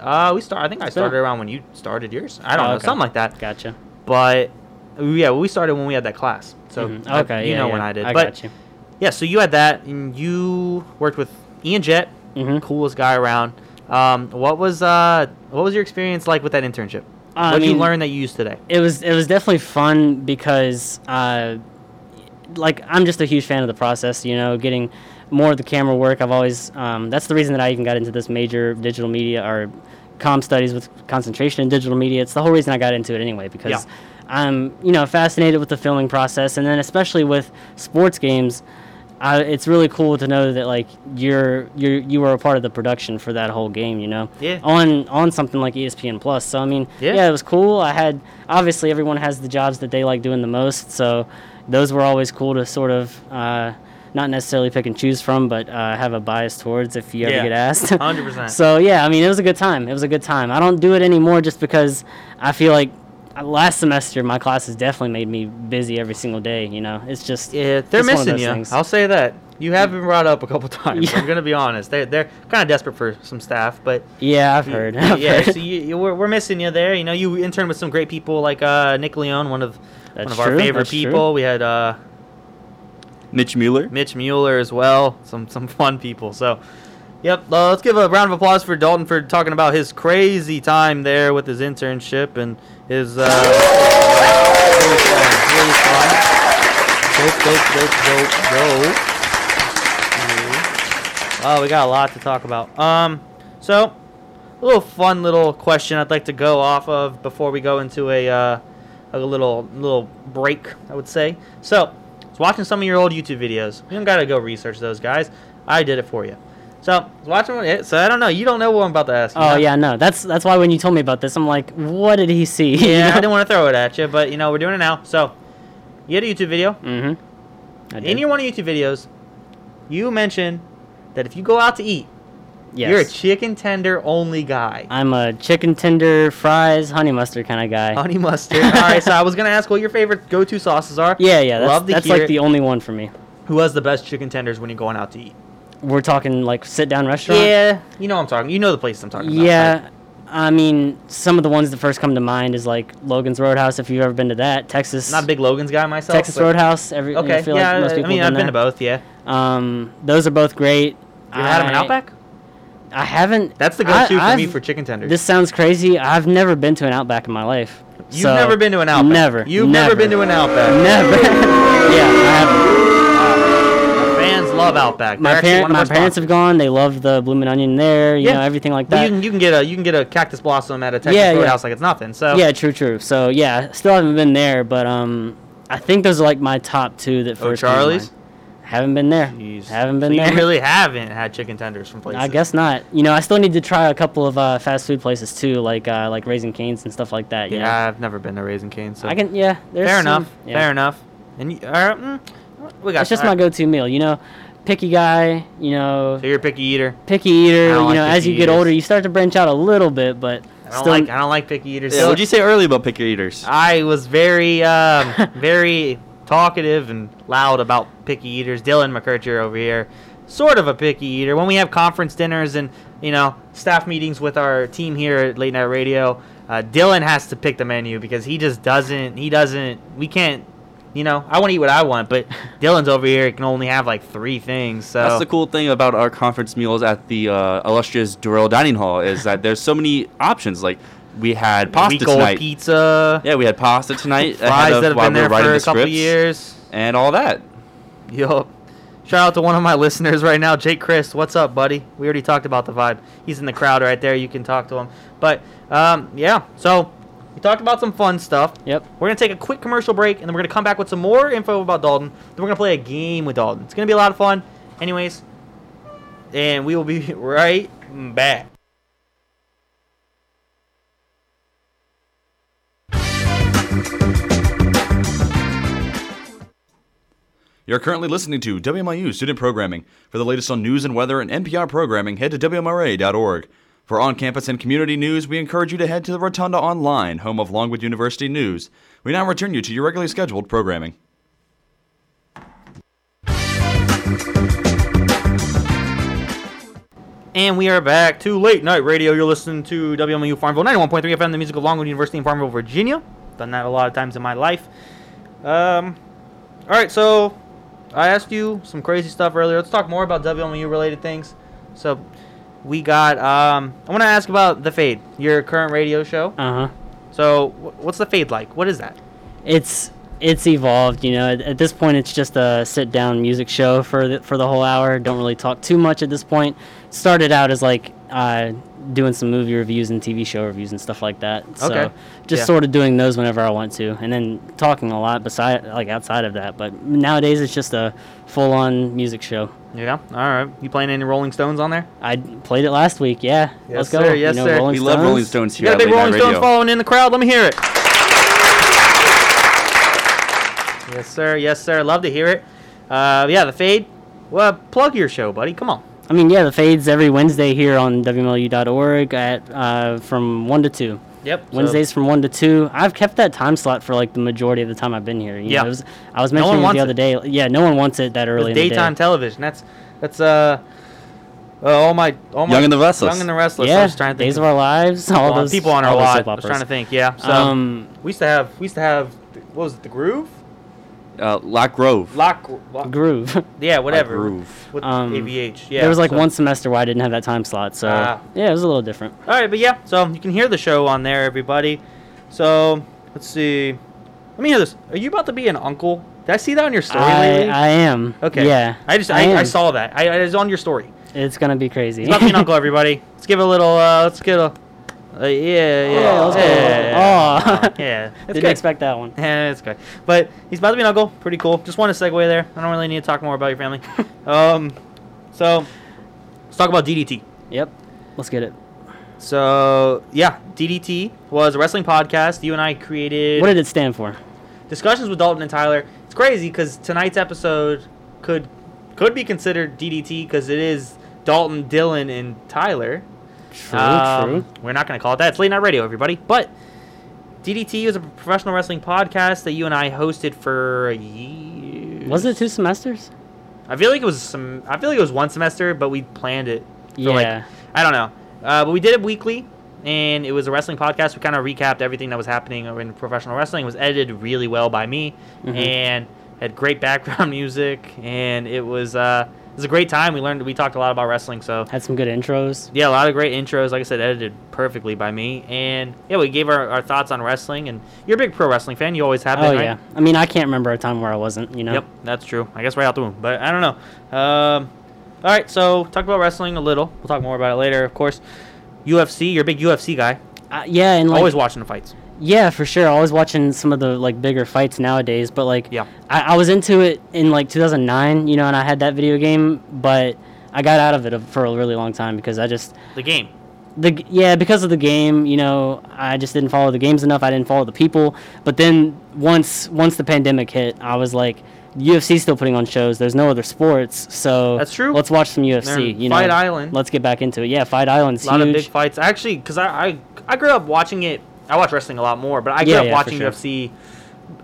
Speaker 2: Uh, we start. I think I
Speaker 5: It's been a-
Speaker 2: started around when you started yours. I don't
Speaker 5: Oh,
Speaker 2: know,
Speaker 5: okay.
Speaker 2: something like that.
Speaker 5: Gotcha.
Speaker 2: But yeah, we started when we had that class. So
Speaker 5: Mhm.
Speaker 2: I-
Speaker 5: okay,
Speaker 2: you
Speaker 5: yeah,
Speaker 2: know
Speaker 5: yeah.
Speaker 2: when I did.
Speaker 5: I
Speaker 2: but
Speaker 5: got you.
Speaker 2: yeah, so you had that, and you worked with Ian Jett,
Speaker 5: Mhm.
Speaker 2: coolest guy around. Um, what was uh, what was your experience like with that internship?
Speaker 5: Uh, I
Speaker 2: what did you
Speaker 5: mean-
Speaker 2: learn that you use today?
Speaker 5: it was it was definitely fun because uh, like I'm just a huge fan of the process. You know, getting more of the camera work. I've always um, that's the reason that I even got into this major digital media or com studies with concentration in digital media. It's the whole reason I got into it anyway because
Speaker 2: Yeah.
Speaker 5: I'm you know fascinated with the filming process and then especially with sports games. I, it's really cool to know that like you're you're you were a part of the production for that whole game, you know.
Speaker 2: Yeah.
Speaker 5: On on something like E ESPN Plus, so I mean,
Speaker 2: Yeah.
Speaker 5: yeah, it was cool. I had obviously everyone has the jobs that they like doing the most, so those were always cool to sort of uh, not necessarily pick and choose from, but uh, have a bias towards if you ever
Speaker 2: Yeah.
Speaker 5: get asked.
Speaker 2: 100%.
Speaker 5: So yeah, I mean, it was a good time. It was a good time. I don't do it anymore just because I feel like uh, last semester my classes definitely made me busy every single day. You know, it's just
Speaker 2: Yeah, they're
Speaker 5: it's one of
Speaker 2: missing
Speaker 5: those
Speaker 2: you.
Speaker 5: things.
Speaker 2: I'll say that. You have been brought up a couple times.
Speaker 5: Yeah.
Speaker 2: I'm gonna be honest. They're they're kind of desperate for some staff, but
Speaker 5: Yeah, I've
Speaker 2: you-
Speaker 5: heard. I've
Speaker 2: yeah,
Speaker 5: heard.
Speaker 2: so you, you, we're, we're missing you there. You know, you interned with some great people like uh, Nick Leone, one of one
Speaker 5: That's
Speaker 2: of our
Speaker 5: true,
Speaker 2: favorite
Speaker 5: that's true.
Speaker 2: people. We had uh,
Speaker 3: Mitch Mueller.
Speaker 2: Mitch Mueller as well. Some some fun people. So, yep. Uh, let's give a round of applause for Dalton for talking about his crazy time there with his internship and his. Uh, really fun, really fun. Dope, dope, dope, dope, dope. Oh, we got a lot to talk about. Um, so a little fun little question I'd like to go off of before we go into a uh, a little little break, I would say. So, I was watching some of your old YouTube videos. You don't gotta go research those guys. I did it for you. So, I was watching one. So I don't know. You don't know what I'm about to ask. you
Speaker 5: Oh
Speaker 2: know?
Speaker 5: yeah, no. That's that's why when you told me about this, I'm like, what did he see? You
Speaker 2: Yeah, I
Speaker 5: know?
Speaker 2: didn't want to throw it at you, but you know we're doing it now. So, you had a YouTube video.
Speaker 5: Mm-hmm. I did.
Speaker 2: In your one of your YouTube videos, you mentioned that if you go out to eat,
Speaker 5: yes.
Speaker 2: you're a chicken tender only guy.
Speaker 5: I'm a chicken tender, fries, honey mustard kind of guy.
Speaker 2: Honey mustard. All right, so I was gonna ask what your favorite go-to sauces are.
Speaker 5: yeah, yeah. That's,
Speaker 2: Love to
Speaker 5: that's
Speaker 2: hear
Speaker 5: like
Speaker 2: it.
Speaker 5: the only one for me.
Speaker 2: Who has the best chicken tenders when you're going out to eat?
Speaker 5: We're talking like sit down restaurant.
Speaker 2: Yeah, you know what I'm talking. You know the places I'm talking about.
Speaker 5: Yeah. I mean, some of the ones that first come to mind is like Logan's Roadhouse. If you've ever been to that, Texas,
Speaker 2: Like, not a big Logan's guy myself.
Speaker 5: Texas
Speaker 2: but-
Speaker 5: Roadhouse. Every you know,
Speaker 2: Okay.
Speaker 5: I feel
Speaker 2: yeah,
Speaker 5: like most
Speaker 2: I- I
Speaker 5: people
Speaker 2: mean,
Speaker 5: have
Speaker 2: I've been to
Speaker 5: there.
Speaker 2: both. Yeah.
Speaker 5: Um, those are both great.
Speaker 2: You had them in
Speaker 5: I-
Speaker 2: Outback.
Speaker 5: I haven't.
Speaker 2: That's the
Speaker 5: I-
Speaker 2: go-to for me
Speaker 5: I've-
Speaker 2: for chicken tenders.
Speaker 5: This sounds crazy. I've never been to an Outback in my life.
Speaker 2: You've
Speaker 5: So-
Speaker 2: never been to an Outback.
Speaker 5: Never.
Speaker 2: You've never, been to an Outback.
Speaker 5: Never. yeah, I haven't.
Speaker 2: Fans love Outback. They're
Speaker 5: My,
Speaker 2: actually
Speaker 5: parent,
Speaker 2: one of
Speaker 5: my
Speaker 2: our
Speaker 5: parents have
Speaker 2: sponsors.
Speaker 5: gone. They love the bloomin' onion there. You
Speaker 2: Yeah.
Speaker 5: know everything like
Speaker 2: But
Speaker 5: that.
Speaker 2: you can you can get a you can get a cactus blossom at a Texas
Speaker 5: Yeah, yeah.
Speaker 2: Roadhouse like it's nothing. So
Speaker 5: Yeah, true, true. So yeah, still haven't been there, but um, I think those are like my top two that
Speaker 2: Oh,
Speaker 5: first. came to
Speaker 2: Charlie's.
Speaker 5: mind. Haven't been there.
Speaker 2: Jeez.
Speaker 5: Haven't
Speaker 2: So
Speaker 5: been there.
Speaker 2: You really haven't had chicken tenders from places.
Speaker 5: I guess not. You know, I still need to try a couple of uh, fast food places too, like uh, like Raising Canes and stuff like that. You
Speaker 2: Yeah,
Speaker 5: know?
Speaker 2: I've never been to Raising Cane. So
Speaker 5: I can. Yeah, there's
Speaker 2: fair
Speaker 5: some-
Speaker 2: enough.
Speaker 5: yeah.
Speaker 2: Fair enough. And you, uh, mm, we got.
Speaker 5: That's just
Speaker 2: all
Speaker 5: my
Speaker 2: right.
Speaker 5: go-to meal. You know, picky guy. You know,
Speaker 2: So you're a picky eater.
Speaker 5: picky eater.
Speaker 2: I
Speaker 5: You
Speaker 2: don't
Speaker 5: know,
Speaker 2: like
Speaker 5: as
Speaker 2: picky
Speaker 5: you get
Speaker 2: eaters.
Speaker 5: older, you start to branch out a little bit, but
Speaker 2: I don't
Speaker 5: still,
Speaker 2: like. I don't like picky eaters.
Speaker 3: Yeah,
Speaker 2: So
Speaker 3: what'd you say earlier about picker eaters?
Speaker 2: I was very, um, very talkative and loud about picky eaters. Dylan McKercher over here, sort of a picky eater. When we have conference dinners and you know staff meetings with our team here at Late Night Radio, uh, Dylan has to pick the menu because he just doesn't. He doesn't. We can't. You know, I want to eat what I want, but Dylan's over here can only have like three things. So
Speaker 3: That's the cool thing about our conference meals at the uh, illustrious Durrell Dining Hall is that there's so many options. Like we had pasta
Speaker 2: week old
Speaker 3: tonight.
Speaker 2: pizza.
Speaker 3: Yeah, we had pasta tonight. ahead
Speaker 2: fries
Speaker 3: of
Speaker 2: that have
Speaker 3: while
Speaker 2: been
Speaker 3: we
Speaker 2: there
Speaker 3: were writing
Speaker 2: for a
Speaker 3: the
Speaker 2: couple
Speaker 3: scripts
Speaker 2: years.
Speaker 3: and all that.
Speaker 2: Yo, shout out to one of my listeners right now, Jake Chris. What's up, buddy? We already talked about the vibe. He's in the crowd right there. You can talk to him. But um, yeah, so we talked about some fun stuff.
Speaker 5: Yep.
Speaker 2: We're gonna take a quick commercial break, and then we're gonna come back with some more info about Dalton. Then we're gonna play a game with Dalton. It's gonna be a lot of fun. Anyways, and we will be right back.
Speaker 6: You're currently listening to WMIU Student Programming. For the latest on news and weather and NPR programming, head to WMRA.org. For on campus and community news, we encourage you to head to the Rotunda Online, home of Longwood University News. We now return you to your regularly scheduled programming.
Speaker 2: And we are back to late night radio. You're listening to WMU Farmville 91.3 FM, the music of Longwood University in Farmville, Virginia. Done that a lot of times in my life. Um, all right, so I asked you some crazy stuff earlier. Let's talk more about WMU related things. So we got. Um, I want to ask about the fade, your current radio show.
Speaker 5: Uh huh.
Speaker 2: So wh- what's the fade like? What is that?
Speaker 5: It's it's evolved. You know, at, at this point, it's just a sit-down music show for the, for the whole hour. Don't really talk too much at this point. Started out as like uh, doing some movie reviews and TV show reviews and stuff like that. So
Speaker 2: Okay.
Speaker 5: just
Speaker 2: Yeah.
Speaker 5: sort of doing those whenever I want to, and then talking a lot beside like outside of that. But nowadays, it's just a full-on music show.
Speaker 2: Yeah. All right. You playing any Rolling Stones on there?
Speaker 5: I played it last week. Yeah,
Speaker 2: Yes,
Speaker 5: let's go.
Speaker 2: sir. Yes,
Speaker 5: you know,
Speaker 2: sir.
Speaker 5: Rolling
Speaker 3: We love Rolling
Speaker 5: Stones.
Speaker 3: Stones
Speaker 2: You
Speaker 3: here
Speaker 2: got a
Speaker 3: at
Speaker 2: big
Speaker 3: Late
Speaker 2: Rolling
Speaker 3: Night
Speaker 2: Stones
Speaker 3: Radio.
Speaker 2: following in the crowd. Let me hear it. yes, sir. Yes, sir. Love to hear it. Uh, yeah, the fade. Well, plug your show, buddy. Come on.
Speaker 5: I mean, yeah, the fades every Wednesday here on WMLU.org at uh, from one to two.
Speaker 2: Yep, so-
Speaker 5: Wednesdays from one to two. I've kept that time slot for like the majority of the time I've been here. You
Speaker 2: Yeah.
Speaker 5: know, it was, I was
Speaker 2: No one
Speaker 5: mentioning it
Speaker 2: wants
Speaker 5: the other
Speaker 2: it.
Speaker 5: day. Yeah, no one wants it that early.
Speaker 2: It's
Speaker 5: in the day.
Speaker 2: daytime television. That's that's uh, uh all my all my
Speaker 3: Young and the Restless.
Speaker 2: Young and the Restless. I
Speaker 5: Yeah,
Speaker 2: was trying to think
Speaker 5: days of our lives. All
Speaker 2: on-
Speaker 5: those
Speaker 2: people on our
Speaker 5: all those
Speaker 2: lot.
Speaker 5: soap
Speaker 2: I was
Speaker 5: operas.
Speaker 2: trying to think. Yeah. So
Speaker 5: um,
Speaker 2: we used to have we used to have what was it, the Groove
Speaker 3: Uh, Lock Grove.
Speaker 2: Lock. lock
Speaker 5: groove.
Speaker 2: yeah, whatever.
Speaker 3: Groove.
Speaker 2: With
Speaker 5: Um,
Speaker 2: ABH. Yeah.
Speaker 5: there was like
Speaker 2: so-
Speaker 5: one semester where I didn't have that time slot, so
Speaker 2: Ah.
Speaker 5: yeah, it was a little different.
Speaker 2: All right, but yeah, so you can hear the show on there, everybody. So let's see. Let me hear this. Are you about to be an uncle? Did I see that on your story
Speaker 5: I,
Speaker 2: lately?
Speaker 5: I am.
Speaker 2: okay.
Speaker 5: Yeah.
Speaker 2: I just I, I,
Speaker 5: am.
Speaker 2: saw that. I, I it was on your story.
Speaker 5: It's gonna be crazy.
Speaker 2: It's about to be an uncle, everybody. Let's give it a little. Uh, let's get a. Uh, yeah, yeah.
Speaker 5: Oh, yeah, let's go.
Speaker 2: yeah,
Speaker 5: Oh.
Speaker 2: yeah. It's
Speaker 5: Didn't
Speaker 2: good.
Speaker 5: expect that one.
Speaker 2: Yeah, it's good. But he's about to be an uncle. Pretty cool. Just want to segue there. I don't really need to talk more about your family. um, so let's talk about DDT.
Speaker 5: Yep. Let's get it.
Speaker 2: So yeah, DDT was a wrestling podcast. You and I created
Speaker 5: What did it stand for?
Speaker 2: discussions with Dalton and Tyler. It's crazy because tonight's episode could could be considered DDT because it is Dalton, Dylan, and Tyler.
Speaker 5: True.
Speaker 2: Um,
Speaker 5: true.
Speaker 2: We're not going to call it that. It's late night radio, everybody. But DDT is a professional wrestling podcast that you and I hosted for a year.
Speaker 5: Was it two semesters?
Speaker 2: I feel like it was some. I feel like it was one semester, but we planned it. For
Speaker 5: Yeah.
Speaker 2: Like, I don't know, uh, but we did it weekly, and it was a wrestling podcast. We kind of recapped everything that was happening in professional wrestling. It was edited really well by me,
Speaker 5: Mm-hmm.
Speaker 2: and had great background music, and it was uh, it was a great time. We learned. We talked a lot about wrestling, so
Speaker 5: Had some good intros.
Speaker 2: yeah, a lot of great intros. Like I said, edited perfectly by me, and yeah, we gave our, our thoughts on wrestling. And you're a big pro wrestling fan. You always have been,
Speaker 5: Oh
Speaker 2: right?
Speaker 5: yeah. I mean, I can't remember a time where I wasn't. You know.
Speaker 2: Yep, that's true. I guess right out the womb, but I don't know. Um, all right, so talk about wrestling a little. We'll talk more about it later, of course. UFC, you're a big UFC guy.
Speaker 5: Uh, yeah, and like,
Speaker 2: Always watching the fights.
Speaker 5: Yeah, for sure. I was watching some of the like bigger fights nowadays, but like
Speaker 2: Yeah.
Speaker 5: I, I was into it in like 2009, you know, and I had that video game, but I got out of it for a really long time because I just
Speaker 2: The game.
Speaker 5: the g- yeah because of the game, you know, I just didn't follow the games enough. I didn't follow the people. But then once once the pandemic hit, I was like, UFC's still putting on shows. There's no other sports, so
Speaker 2: That's true.
Speaker 5: Let's watch some UFC.
Speaker 2: And
Speaker 5: You know,
Speaker 2: Fight Island.
Speaker 5: Let's get back into it. Yeah, Fight Island's
Speaker 2: A lot
Speaker 5: huge.
Speaker 2: of big fights. Actually, because I, I I grew up watching it. I watch wrestling a lot more, but I grew
Speaker 5: Yeah,
Speaker 2: up
Speaker 5: yeah, for
Speaker 2: watching
Speaker 5: sure.
Speaker 2: UFC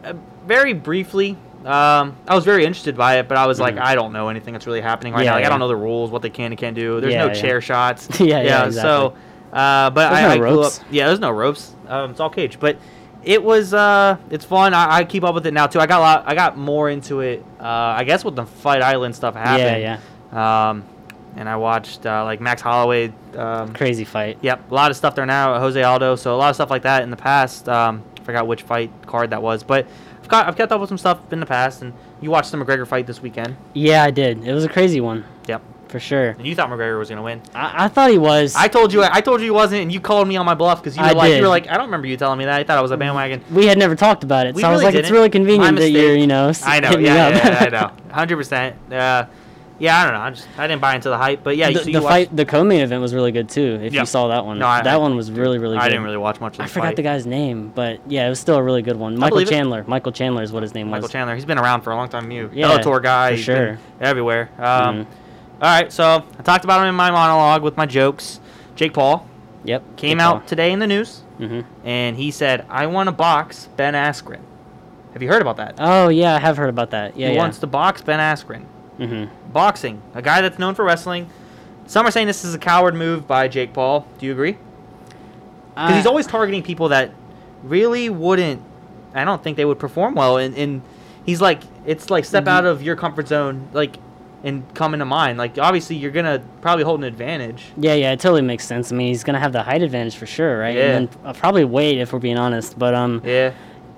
Speaker 2: uh, very briefly. Um, I was very interested by it, but I was like, I don't know anything that's really happening right
Speaker 5: Mm-hmm. Yeah,
Speaker 2: now. Like, I
Speaker 5: yeah.
Speaker 2: don't know the rules, what they can and can't do. There's
Speaker 5: Yeah,
Speaker 2: no
Speaker 5: yeah.
Speaker 2: chair shots.
Speaker 5: Yeah, yeah,
Speaker 2: So, uh, but
Speaker 5: There's
Speaker 2: I,
Speaker 5: no
Speaker 2: I grew up.
Speaker 5: ropes.
Speaker 2: Yeah, there's no ropes. Um, it's all cage, but it was uh, it's fun. I, I keep up with it now too. I got a lot. I got more into it. Uh, I guess with the Fight Island stuff
Speaker 5: yeah,
Speaker 2: happened.
Speaker 5: yeah,
Speaker 2: yeah. Um, and I watched uh, like Max Holloway. Um,
Speaker 5: crazy fight.
Speaker 2: Yep, a lot of stuff there now. Jose Aldo, so a lot of stuff like that in the past. Um, forgot which fight card that was, but I've, got, I've kept up with some stuff in the past. And you watched the McGregor fight this weekend.
Speaker 5: Yeah, I did. It was a crazy one
Speaker 2: Yep,
Speaker 5: for sure.
Speaker 2: and you thought McGregor was gonna win.
Speaker 5: I, I thought he was.
Speaker 2: I told you, I told you he wasn't, and you called me on my bluff because you were
Speaker 5: I
Speaker 2: like, you
Speaker 5: did.
Speaker 2: were like, I don't remember you telling me that. I thought I was a bandwagon.
Speaker 5: we had never talked about it,
Speaker 2: We
Speaker 5: so I was
Speaker 2: really
Speaker 5: like, it's
Speaker 2: didn't.
Speaker 5: really
Speaker 2: My
Speaker 5: convenient that
Speaker 2: mistake.
Speaker 5: you're, you know, s-
Speaker 2: I know, yeah,
Speaker 5: hit me
Speaker 2: yeah,
Speaker 5: up.
Speaker 2: yeah, I know, hundred percent. Uh, yeah, I don't know. I just I didn't buy into the hype, but yeah,
Speaker 5: the
Speaker 2: so you
Speaker 5: the
Speaker 2: watched-
Speaker 5: fight, the co-main event was really good too. If
Speaker 2: Yeah.
Speaker 5: you saw that one,
Speaker 2: No, I- I-
Speaker 5: that one was really, really. good.
Speaker 2: I didn't really watch much of the
Speaker 5: I forgot
Speaker 2: fight.
Speaker 5: the guy's name, but yeah, it was still a really good one. Michael
Speaker 2: believe it.
Speaker 5: Chandler. Michael Chandler is what his name
Speaker 2: Michael
Speaker 5: was.
Speaker 2: Chandler. He's been around for a long time. You
Speaker 5: Yeah,
Speaker 2: Bellator guy.
Speaker 5: for
Speaker 2: he's been
Speaker 5: sure.
Speaker 2: everywhere. Um,
Speaker 5: Mhm.
Speaker 2: all right, so I talked about him in my monologue with my jokes. Jake Paul
Speaker 5: Yep.
Speaker 2: came out today in the news,
Speaker 5: hmm
Speaker 2: and he said, "I want to box Ben Askren." Have you heard about that?
Speaker 5: Oh yeah, I have heard about that. Yeah.
Speaker 2: he
Speaker 5: yeah.
Speaker 2: wants to box Ben Askren.
Speaker 5: hmm
Speaker 2: Boxing, a guy that's known for wrestling. Some are saying this is a coward move by Jake Paul. Do you agree? Because he's always targeting people that really wouldn't. I don't think they would perform well, and, and he's like, it's like
Speaker 5: Mm-hmm.
Speaker 2: step out of your comfort zone, like, and come into mine. Like, obviously, you're gonna probably hold an advantage.
Speaker 5: Yeah, yeah, it totally makes sense. I mean, he's gonna have the height advantage for sure, right?
Speaker 2: Yeah.
Speaker 5: And then uh, probably weight, if we're being honest. But um,
Speaker 2: Yeah,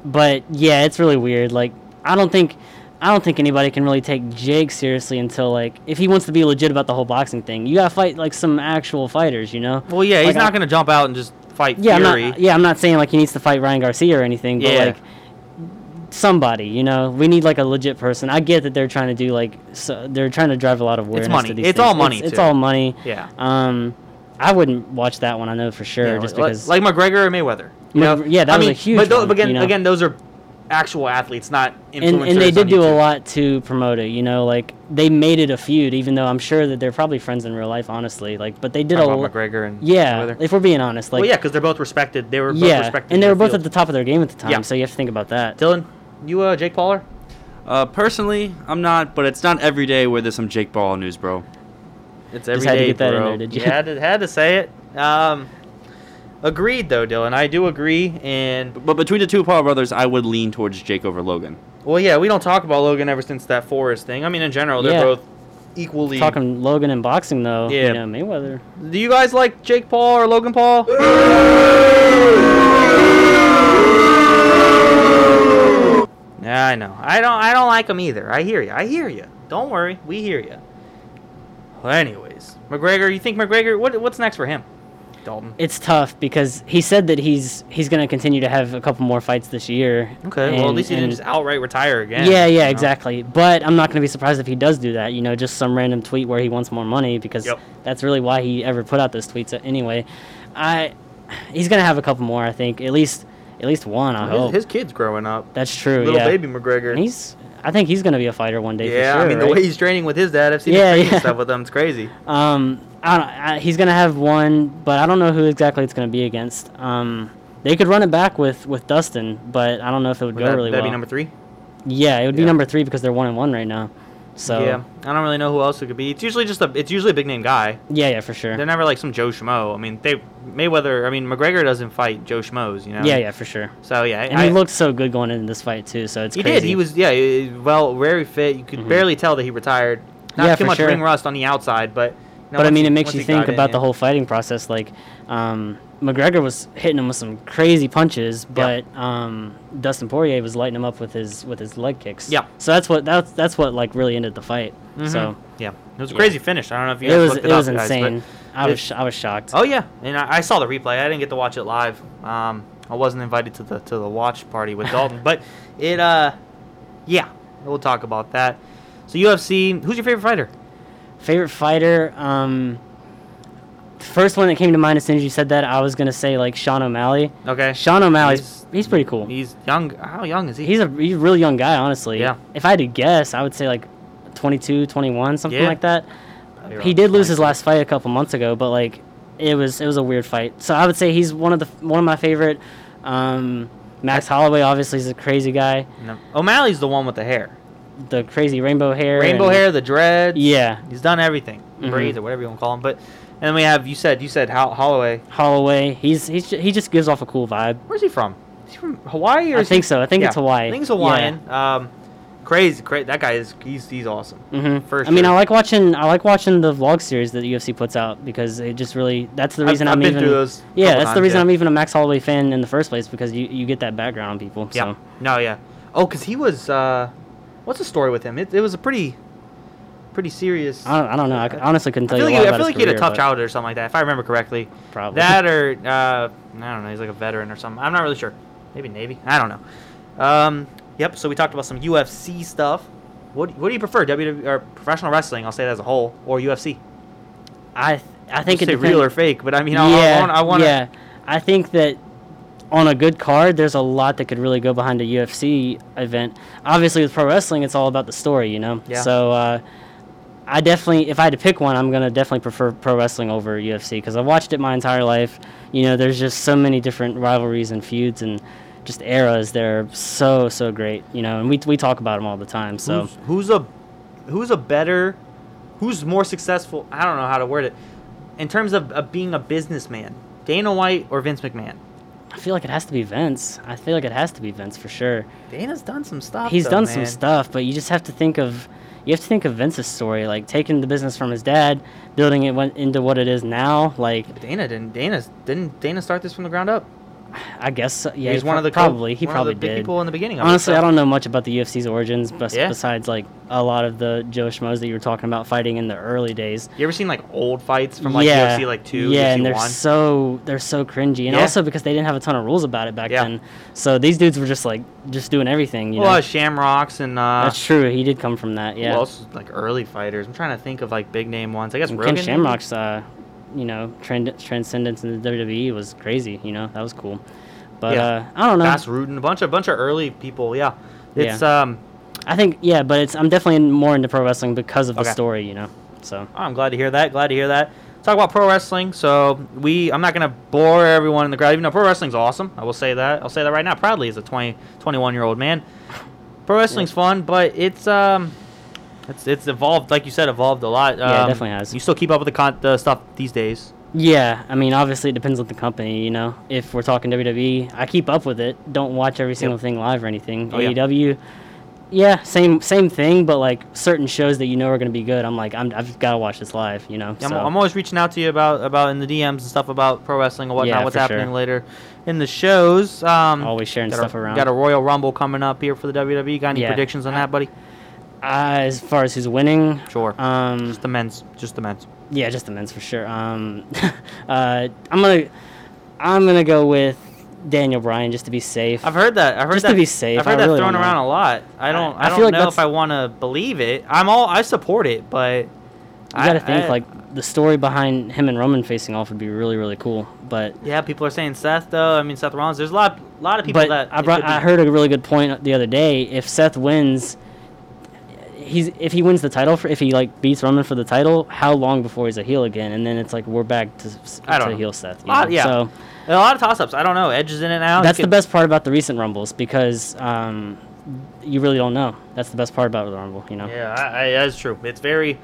Speaker 5: but yeah, it's really weird. Like, I don't think, I don't think anybody can really take Jake seriously until like, if he wants to be legit about the whole boxing thing, you gotta fight like some actual fighters, you know?
Speaker 2: well, yeah, he's
Speaker 5: Like, I-
Speaker 2: not gonna jump out and just fight
Speaker 5: Yeah, I'm
Speaker 2: Fury.
Speaker 5: not. Yeah, I'm not saying like he needs to fight Ryan Garcia or anything, but
Speaker 2: Yeah.
Speaker 5: like somebody, you know, we need like a legit person. I get that they're trying to do like, so they're trying to drive a lot of awareness.
Speaker 2: money.
Speaker 5: To these
Speaker 2: It's all
Speaker 5: things.
Speaker 2: money,
Speaker 5: It's, it's
Speaker 2: too.
Speaker 5: all money.
Speaker 2: Yeah.
Speaker 5: Um, I wouldn't watch that one. I know for sure,
Speaker 2: Yeah,
Speaker 5: just
Speaker 2: like-
Speaker 5: because
Speaker 2: like McGregor and Mayweather. You know?
Speaker 5: Mc- yeah, that
Speaker 2: I
Speaker 5: was a
Speaker 2: mean,
Speaker 5: huge
Speaker 2: But, tho-
Speaker 5: one,
Speaker 2: again,
Speaker 5: you know?
Speaker 2: again, those are actual athletes, not influencers.
Speaker 5: and, and they
Speaker 2: on
Speaker 5: did do a
Speaker 2: YouTube.
Speaker 5: lot to promote it you know like they made it a feud even though i'm sure that they're probably friends in real life honestly like but they did a
Speaker 2: Talking
Speaker 5: lot
Speaker 2: about McGregor and
Speaker 5: yeah
Speaker 2: Mayweather.
Speaker 5: if we're being honest like
Speaker 2: well, yeah, because they're both respected. They were both
Speaker 5: yeah,
Speaker 2: respected.
Speaker 5: and they
Speaker 2: in
Speaker 5: were
Speaker 2: their
Speaker 5: both at the
Speaker 2: field.
Speaker 5: top of their game at the time
Speaker 2: Yeah.
Speaker 5: so you have to think about that
Speaker 2: Dylan, you uh, Jake Pauler?
Speaker 3: Uh, personally, I'm not, but it's not every day where there's some Jake Ball news, bro.
Speaker 2: It's every day,
Speaker 5: had to get that in
Speaker 2: bro.
Speaker 5: there, did you?
Speaker 2: had to had to say it. Um, agreed though, Dylan. I do agree. And
Speaker 3: But between the two Paul brothers, I would lean towards Jake over Logan.
Speaker 2: well, yeah, we don't talk about Logan ever since that Forrest thing. I mean, in general, they're
Speaker 5: Yeah.
Speaker 2: both equally.
Speaker 5: talking logan and boxing though
Speaker 2: Yeah.
Speaker 5: you know mayweather
Speaker 2: Do you guys like Jake Paul or Logan Paul? Yeah, I know. I don't. I don't like them either. I hear you. I hear you. Don't worry. We hear you. Well, anyways, McGregor. You think McGregor? What, what's next for him? Dalton.
Speaker 5: it's tough because he said that he's he's going to continue to have a couple more fights this year
Speaker 2: Okay. well, at
Speaker 5: and-
Speaker 2: least he didn't
Speaker 5: and-
Speaker 2: just outright retire again.
Speaker 5: yeah,
Speaker 2: you
Speaker 5: yeah,
Speaker 2: know?
Speaker 5: exactly. But I'm not going to be surprised if he does do that. You know, just some random tweet where he wants more money because
Speaker 2: Yep.
Speaker 5: that's really why he ever put out those tweets uh, anyway. I he's going to have a couple more, I think. At least at least one, I
Speaker 2: His,
Speaker 5: hope.
Speaker 2: his kid's growing up.
Speaker 5: that's true.
Speaker 2: Little
Speaker 5: yeah.
Speaker 2: baby McGregor.
Speaker 5: And he's I think he's going to be a fighter one day
Speaker 2: yeah,
Speaker 5: for sure.
Speaker 2: I mean the
Speaker 5: right?
Speaker 2: way he's training with his dad, I've seen
Speaker 5: Yeah,
Speaker 2: him training
Speaker 5: yeah.
Speaker 2: stuff with him. It's crazy.
Speaker 5: Um, I don't, I, he's gonna have one, but I don't know who exactly it's gonna be against. Um, they could run it back with with Dustin, but I don't know if it would,
Speaker 2: Would
Speaker 5: go
Speaker 2: that,
Speaker 5: really
Speaker 2: that'd
Speaker 5: well.
Speaker 2: be number three.
Speaker 5: yeah, it would
Speaker 2: yeah.
Speaker 5: be number three because they're one and one right now. So
Speaker 2: Yeah,
Speaker 5: yeah,
Speaker 2: I don't really know who else it could be. It's usually just a. It's usually a big name guy.
Speaker 5: yeah, for sure.
Speaker 2: They're never like some Joe Schmo. I mean, they Mayweather. I mean, McGregor doesn't fight Joe Schmoes. You know.
Speaker 5: Yeah, yeah, for sure.
Speaker 2: So yeah,
Speaker 5: And
Speaker 2: I,
Speaker 5: he looked so good going into this fight too. So it's
Speaker 2: He
Speaker 5: crazy. Mm-hmm.
Speaker 2: did. He was yeah. he- Well, very fit. You could barely tell that he retired. Not
Speaker 5: Yeah,
Speaker 2: too
Speaker 5: for
Speaker 2: much
Speaker 5: sure.
Speaker 2: ring rust on the outside, but. no,
Speaker 5: but I
Speaker 2: once
Speaker 5: mean,
Speaker 2: he-
Speaker 5: it makes
Speaker 2: once
Speaker 5: you
Speaker 2: he
Speaker 5: think
Speaker 2: got in,
Speaker 5: about the
Speaker 2: yeah.
Speaker 5: whole fighting process. Like, um, McGregor was hitting him with some crazy punches, but um, Dustin Poirier was lighting him up with his with his leg kicks.
Speaker 2: Yeah.
Speaker 5: So that's what that's that's what like really ended the fight. So
Speaker 2: Yeah, it was a crazy finish. I don't know if you
Speaker 5: it
Speaker 2: guys
Speaker 5: was
Speaker 2: looked
Speaker 5: it
Speaker 2: it, up,
Speaker 5: was
Speaker 2: guys, but-
Speaker 5: insane. I
Speaker 2: it-
Speaker 5: was sh- I was shocked.
Speaker 2: Oh yeah, and I, I saw the replay. I didn't get to watch it live. Um, I wasn't invited to the to the watch party with Dalton, but it uh, yeah, we'll talk about that. So UFC, who's your favorite fighter?
Speaker 5: Favorite fighter. Um, the first one that came to mind as soon as you said that, I was gonna say like Sean O'Malley.
Speaker 2: Okay,
Speaker 5: Sean O'Malley's he's, pretty cool.
Speaker 2: He's young. How young is he?
Speaker 5: he's a he's a really young guy, honestly.
Speaker 2: Yeah.
Speaker 5: If I had to guess, I would say like 22, 21, something
Speaker 2: Yeah.
Speaker 5: like that.
Speaker 2: Probably
Speaker 5: He
Speaker 2: around
Speaker 5: did lose his last fight a couple months ago, but like it was it was a weird fight. So I would say he's one of the one of my favorite. Um, Max Holloway obviously is a crazy guy,
Speaker 2: No. O'Malley's the one with the hair,
Speaker 5: the crazy rainbow hair.
Speaker 2: rainbow
Speaker 5: and-
Speaker 2: hair, the dreads.
Speaker 5: Yeah. Mm-hmm.
Speaker 2: he's done everything, braids or whatever you want to call him. But and then we have you said you said Ho- Holloway.
Speaker 5: Holloway, he's he's ju- he just gives off a cool vibe.
Speaker 2: Where's he from? Is he from Hawaii or
Speaker 5: I
Speaker 2: is he-
Speaker 5: think so. I think it's Hawaii.
Speaker 2: I think he's
Speaker 5: Yeah.
Speaker 2: Hawaiian. Um, crazy, crazy. That guy is he's he's awesome.
Speaker 5: Mm-hmm.
Speaker 2: For
Speaker 5: I mean,
Speaker 2: sure.
Speaker 5: I like watching I like watching the vlog series that the UFC puts out because it just really that's the
Speaker 2: I've-
Speaker 5: reason
Speaker 2: I've
Speaker 5: am
Speaker 2: been
Speaker 5: even
Speaker 2: through those
Speaker 5: yeah
Speaker 2: couple
Speaker 5: that's
Speaker 2: times,
Speaker 5: the reason
Speaker 2: yeah.
Speaker 5: I'm even a Max Holloway fan in the first place because you, you get that background on people.
Speaker 2: Yeah.
Speaker 5: So.
Speaker 2: No, yeah. Oh, because he was. Uh, what's the story with him? It, it was a pretty, pretty serious.
Speaker 5: I don't, I don't know. I c- honestly couldn't
Speaker 2: I
Speaker 5: tell
Speaker 2: feel
Speaker 5: you
Speaker 2: like,
Speaker 5: a
Speaker 2: he,
Speaker 5: lot
Speaker 2: I
Speaker 5: about
Speaker 2: feel like
Speaker 5: his
Speaker 2: he had a
Speaker 5: career,
Speaker 2: tough
Speaker 5: but
Speaker 2: childhood or something like that, if I remember correctly.
Speaker 5: Probably.
Speaker 2: That or uh, I don't know. He's like a veteran or something. I'm not really sure. Maybe Navy. I don't know. Um, yep. So we talked about some UFC stuff. What, what do you prefer, WWE or professional wrestling? I'll say that as a whole, or UFC.
Speaker 5: I th- I think
Speaker 2: You
Speaker 5: it
Speaker 2: say
Speaker 5: depends.
Speaker 2: real or fake, but I mean, I- I
Speaker 5: yeah,
Speaker 2: want, I want
Speaker 5: yeah. I think that on a good card, there's a lot that could really go behind a UFC event. Obviously, with pro wrestling, it's all about the story, you know.
Speaker 2: Yeah.
Speaker 5: So uh, I definitely, if I had to pick one, I'm gonna definitely prefer pro wrestling over UFC because I've watched it my entire life. You know, there's just so many different rivalries and feuds and just eras. They're so so great, you know, and we we talk about them all the time. So.
Speaker 2: who's, who's a who's a better who's more successful i don't know how to word it in terms of, of being a businessman dana white or vince mcmahon
Speaker 5: I feel like it has to be Vince. I feel like it has to be Vince for sure.
Speaker 2: dana's done some stuff
Speaker 5: He's
Speaker 2: though,
Speaker 5: done
Speaker 2: man.
Speaker 5: some stuff, but you just have to think of you have to think of Vince's story, like taking the business from his dad, building it went into what it is now. Like
Speaker 2: dana didn't dana's didn't dana start this from the ground up
Speaker 5: I guess so- yeah,
Speaker 2: he's
Speaker 5: he
Speaker 2: one
Speaker 5: pro-
Speaker 2: of the co-
Speaker 5: probably he
Speaker 2: one
Speaker 5: probably
Speaker 2: of the big
Speaker 5: did.
Speaker 2: people in the beginning of it,
Speaker 5: Honestly,
Speaker 2: so-
Speaker 5: I don't know much about the UFC's origins, bes-
Speaker 2: Yeah.
Speaker 5: besides like a lot of the Joe schmoes that you were talking about fighting in the early days.
Speaker 2: you ever seen like old fights from like
Speaker 5: yeah,
Speaker 2: UFC like two,
Speaker 5: yeah,
Speaker 2: UFC
Speaker 5: and they're
Speaker 2: one?
Speaker 5: so they're so cringy, and
Speaker 2: Yeah.
Speaker 5: also because they didn't have a ton of rules about it back
Speaker 2: Yeah.
Speaker 5: then, so these dudes were just like just doing everything. You
Speaker 2: well,
Speaker 5: know,
Speaker 2: uh, Shamrocks and uh,
Speaker 5: That's true. He did come from that. Yeah.
Speaker 2: who else? Like early fighters. I'm trying to think of like big name ones. I guess
Speaker 5: And
Speaker 2: Rogan.
Speaker 5: Ken E Shamrock's, uh, you know, trend- transcendence in the WWE was crazy. You know, that was cool. But
Speaker 2: Yeah.
Speaker 5: uh, I don't know.
Speaker 2: Bass Rudin, a bunch of bunch of early people. Yeah, it's um.
Speaker 5: I think yeah, but it's I'm definitely in- more into pro wrestling because of the
Speaker 2: Okay.
Speaker 5: story, you know. So
Speaker 2: Oh, I'm glad to hear that. Glad to hear that. Talk about pro wrestling. So we, I'm not gonna bore everyone in the crowd. Even though pro wrestling's awesome, I will say that. I'll say that right now proudly as a 20, 21 year old man. Pro wrestling's fun, but it's um, it's it's evolved. Like you said, evolved a lot.
Speaker 5: Yeah, it
Speaker 2: Um,
Speaker 5: definitely has.
Speaker 2: You still keep up with the con- the stuff these days.
Speaker 5: yeah, I mean obviously it depends on the company, you know. If we're talking WWE, I keep up with it. Don't watch every single thing live or anything.
Speaker 2: Oh, yeah.
Speaker 5: AEW, yeah. same same thing, but like certain shows that you know are gonna be good, I'm like I'm, I've got to watch this live, you know.
Speaker 2: Yeah, I'm,
Speaker 5: so.
Speaker 2: I'm always reaching out to you about about in the DMs and stuff about pro wrestling and whatnot.
Speaker 5: Yeah,
Speaker 2: what's
Speaker 5: for sure.
Speaker 2: happening later in the shows? Um,
Speaker 5: Always sharing
Speaker 2: got
Speaker 5: stuff
Speaker 2: a,
Speaker 5: around.
Speaker 2: Got a Royal Rumble coming up here for the WWE. Got any
Speaker 5: Yeah.
Speaker 2: predictions on that, buddy?
Speaker 5: Uh, as far as who's winning,
Speaker 2: Sure.
Speaker 5: Um,
Speaker 2: just the men's. Just the men's.
Speaker 5: yeah, just the men's for sure. Um, uh, I'm gonna, I'm gonna go with Daniel Bryan just to be safe.
Speaker 2: I've heard that. I've heard
Speaker 5: Just
Speaker 2: that.
Speaker 5: to be safe,
Speaker 2: I've heard
Speaker 5: I
Speaker 2: that
Speaker 5: really
Speaker 2: thrown
Speaker 5: don't know.
Speaker 2: around a lot. I don't. I,
Speaker 5: I
Speaker 2: don't
Speaker 5: feel like
Speaker 2: know if
Speaker 5: that's-
Speaker 2: I want to believe it. I'm all. I support it, but
Speaker 5: You gotta think like the story behind him and Roman facing off would be really really cool. But
Speaker 2: Yeah, people are saying Seth though. I mean Seth Rollins. There's a lot. lot of people
Speaker 5: but
Speaker 2: that
Speaker 5: I
Speaker 2: it
Speaker 5: brought,
Speaker 2: could be-
Speaker 5: I heard a really good point the other day. If Seth wins, he's if he wins the title for if he like beats Roman for the title, how long before he's a heel again? And then it's like we're back to, s-
Speaker 2: I don't
Speaker 5: to
Speaker 2: know.
Speaker 5: heel Seth. you
Speaker 2: Lot-
Speaker 5: know?
Speaker 2: yeah.
Speaker 5: So
Speaker 2: A lot of toss-ups. I don't know. Edge is in it now. He
Speaker 5: that's the
Speaker 2: could-
Speaker 5: best part about the recent rumbles because um, you really don't know. That's the best part about the rumble, you know.
Speaker 2: Yeah, I, I, that's true. It's very,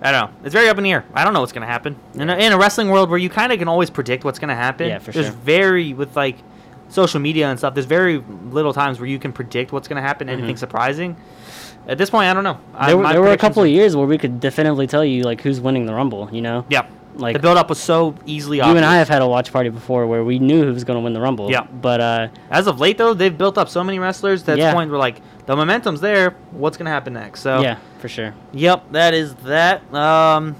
Speaker 2: I don't know. It's very up in the air. I don't know what's gonna happen in a, in a wrestling world where you kind of can always predict what's gonna happen.
Speaker 5: Yeah, for
Speaker 2: there's
Speaker 5: sure.
Speaker 2: very with like social media and stuff. There's very little times where you can predict what's gonna happen. Anything surprising? At this point, I don't know. I-
Speaker 5: Mm-hmm. There, were,
Speaker 2: my
Speaker 5: there were a
Speaker 2: predictions
Speaker 5: couple
Speaker 2: are-
Speaker 5: of years where we could definitively tell you like who's winning the rumble, you know.
Speaker 2: Yeah,
Speaker 5: like-
Speaker 2: the build up was so easily.
Speaker 5: You
Speaker 2: obvious.
Speaker 5: and I have had a watch party before where we knew who was going to win the Rumble.
Speaker 2: Yeah.
Speaker 5: But uh,
Speaker 2: As of late, though, they've built up so many wrestlers that
Speaker 5: Yeah.
Speaker 2: the point where like the momentum's there. What's gonna happen next? So
Speaker 5: yeah, for sure.
Speaker 2: Yep, that is that. Um,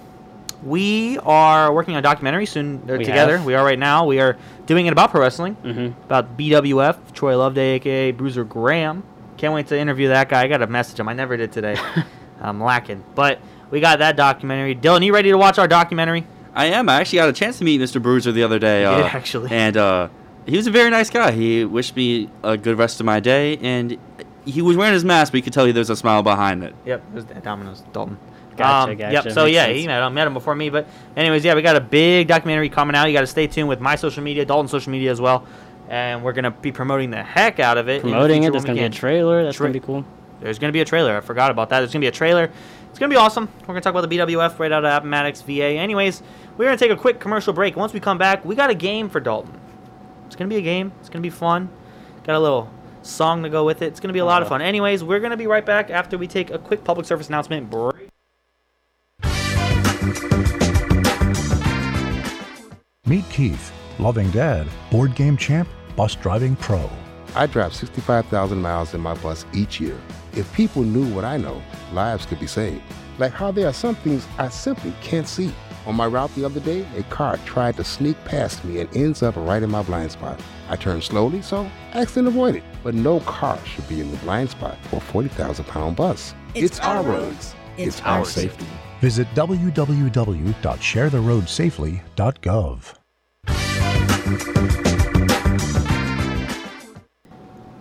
Speaker 2: we are working on a documentary soon. They're
Speaker 5: We
Speaker 2: together.
Speaker 5: have.
Speaker 2: We are right now. We are doing it about pro wrestling,
Speaker 5: Mhm.
Speaker 2: about BWF, Troy Loveday, aka Bruiser Graham. Can't wait to interview that guy. I got to message him. I never did today. I'm lacking, but we got that documentary. Dylan, you ready to watch our documentary?
Speaker 3: I am. I actually got a chance to meet Mr. Bruiser the other day.
Speaker 2: You
Speaker 3: uh,
Speaker 2: did, actually.
Speaker 3: And uh, he was a very nice guy. He wished me a good rest of my day, and he was wearing his mask, but you could tell there was a smile behind it.
Speaker 2: Yep, it was Domino's Dalton.
Speaker 5: Gotcha,
Speaker 2: Yep.
Speaker 5: gotcha,
Speaker 2: So
Speaker 5: makes
Speaker 2: yeah,
Speaker 5: sense.
Speaker 2: he met him, met him before me. But anyways, yeah, we got a big documentary coming out. You got to stay tuned with my social media, Dalton's social media as well, and we're gonna be promoting the heck out of it. in the
Speaker 5: Promoting
Speaker 2: future
Speaker 5: it. There's
Speaker 2: when
Speaker 5: going
Speaker 2: we
Speaker 5: to be a
Speaker 2: can.
Speaker 5: trailer. That's
Speaker 2: Tra-
Speaker 5: going to be cool.
Speaker 2: There's gonna be a trailer. I forgot about that. There's gonna be a trailer. It's gonna be awesome. We're gonna talk about the BWF right out of Appomattox, VA. Anyways, we're gonna take a quick commercial break. Once we come back, we got a game for Dalton. It's gonna be a game. It's gonna be fun. Got a little song to go with it. It's gonna be a lot of fun. Anyways, we're gonna be right back after we take a quick public service announcement break.
Speaker 7: Meet Keith, loving dad, board game champ, bus driving pro.
Speaker 8: I drive 65,000 miles in my bus each year. If people knew what I know, lives could be saved. Like how there are some things I simply can't see. On my route the other day, a car tried to sneak past me and ends up right in my blind spot. I turned slowly, so accident avoided. But no car should be in the blind spot for a 40,000 pound bus. It's, our roads. It's, our safety.
Speaker 7: Visit www.sharetheroadsafely.gov.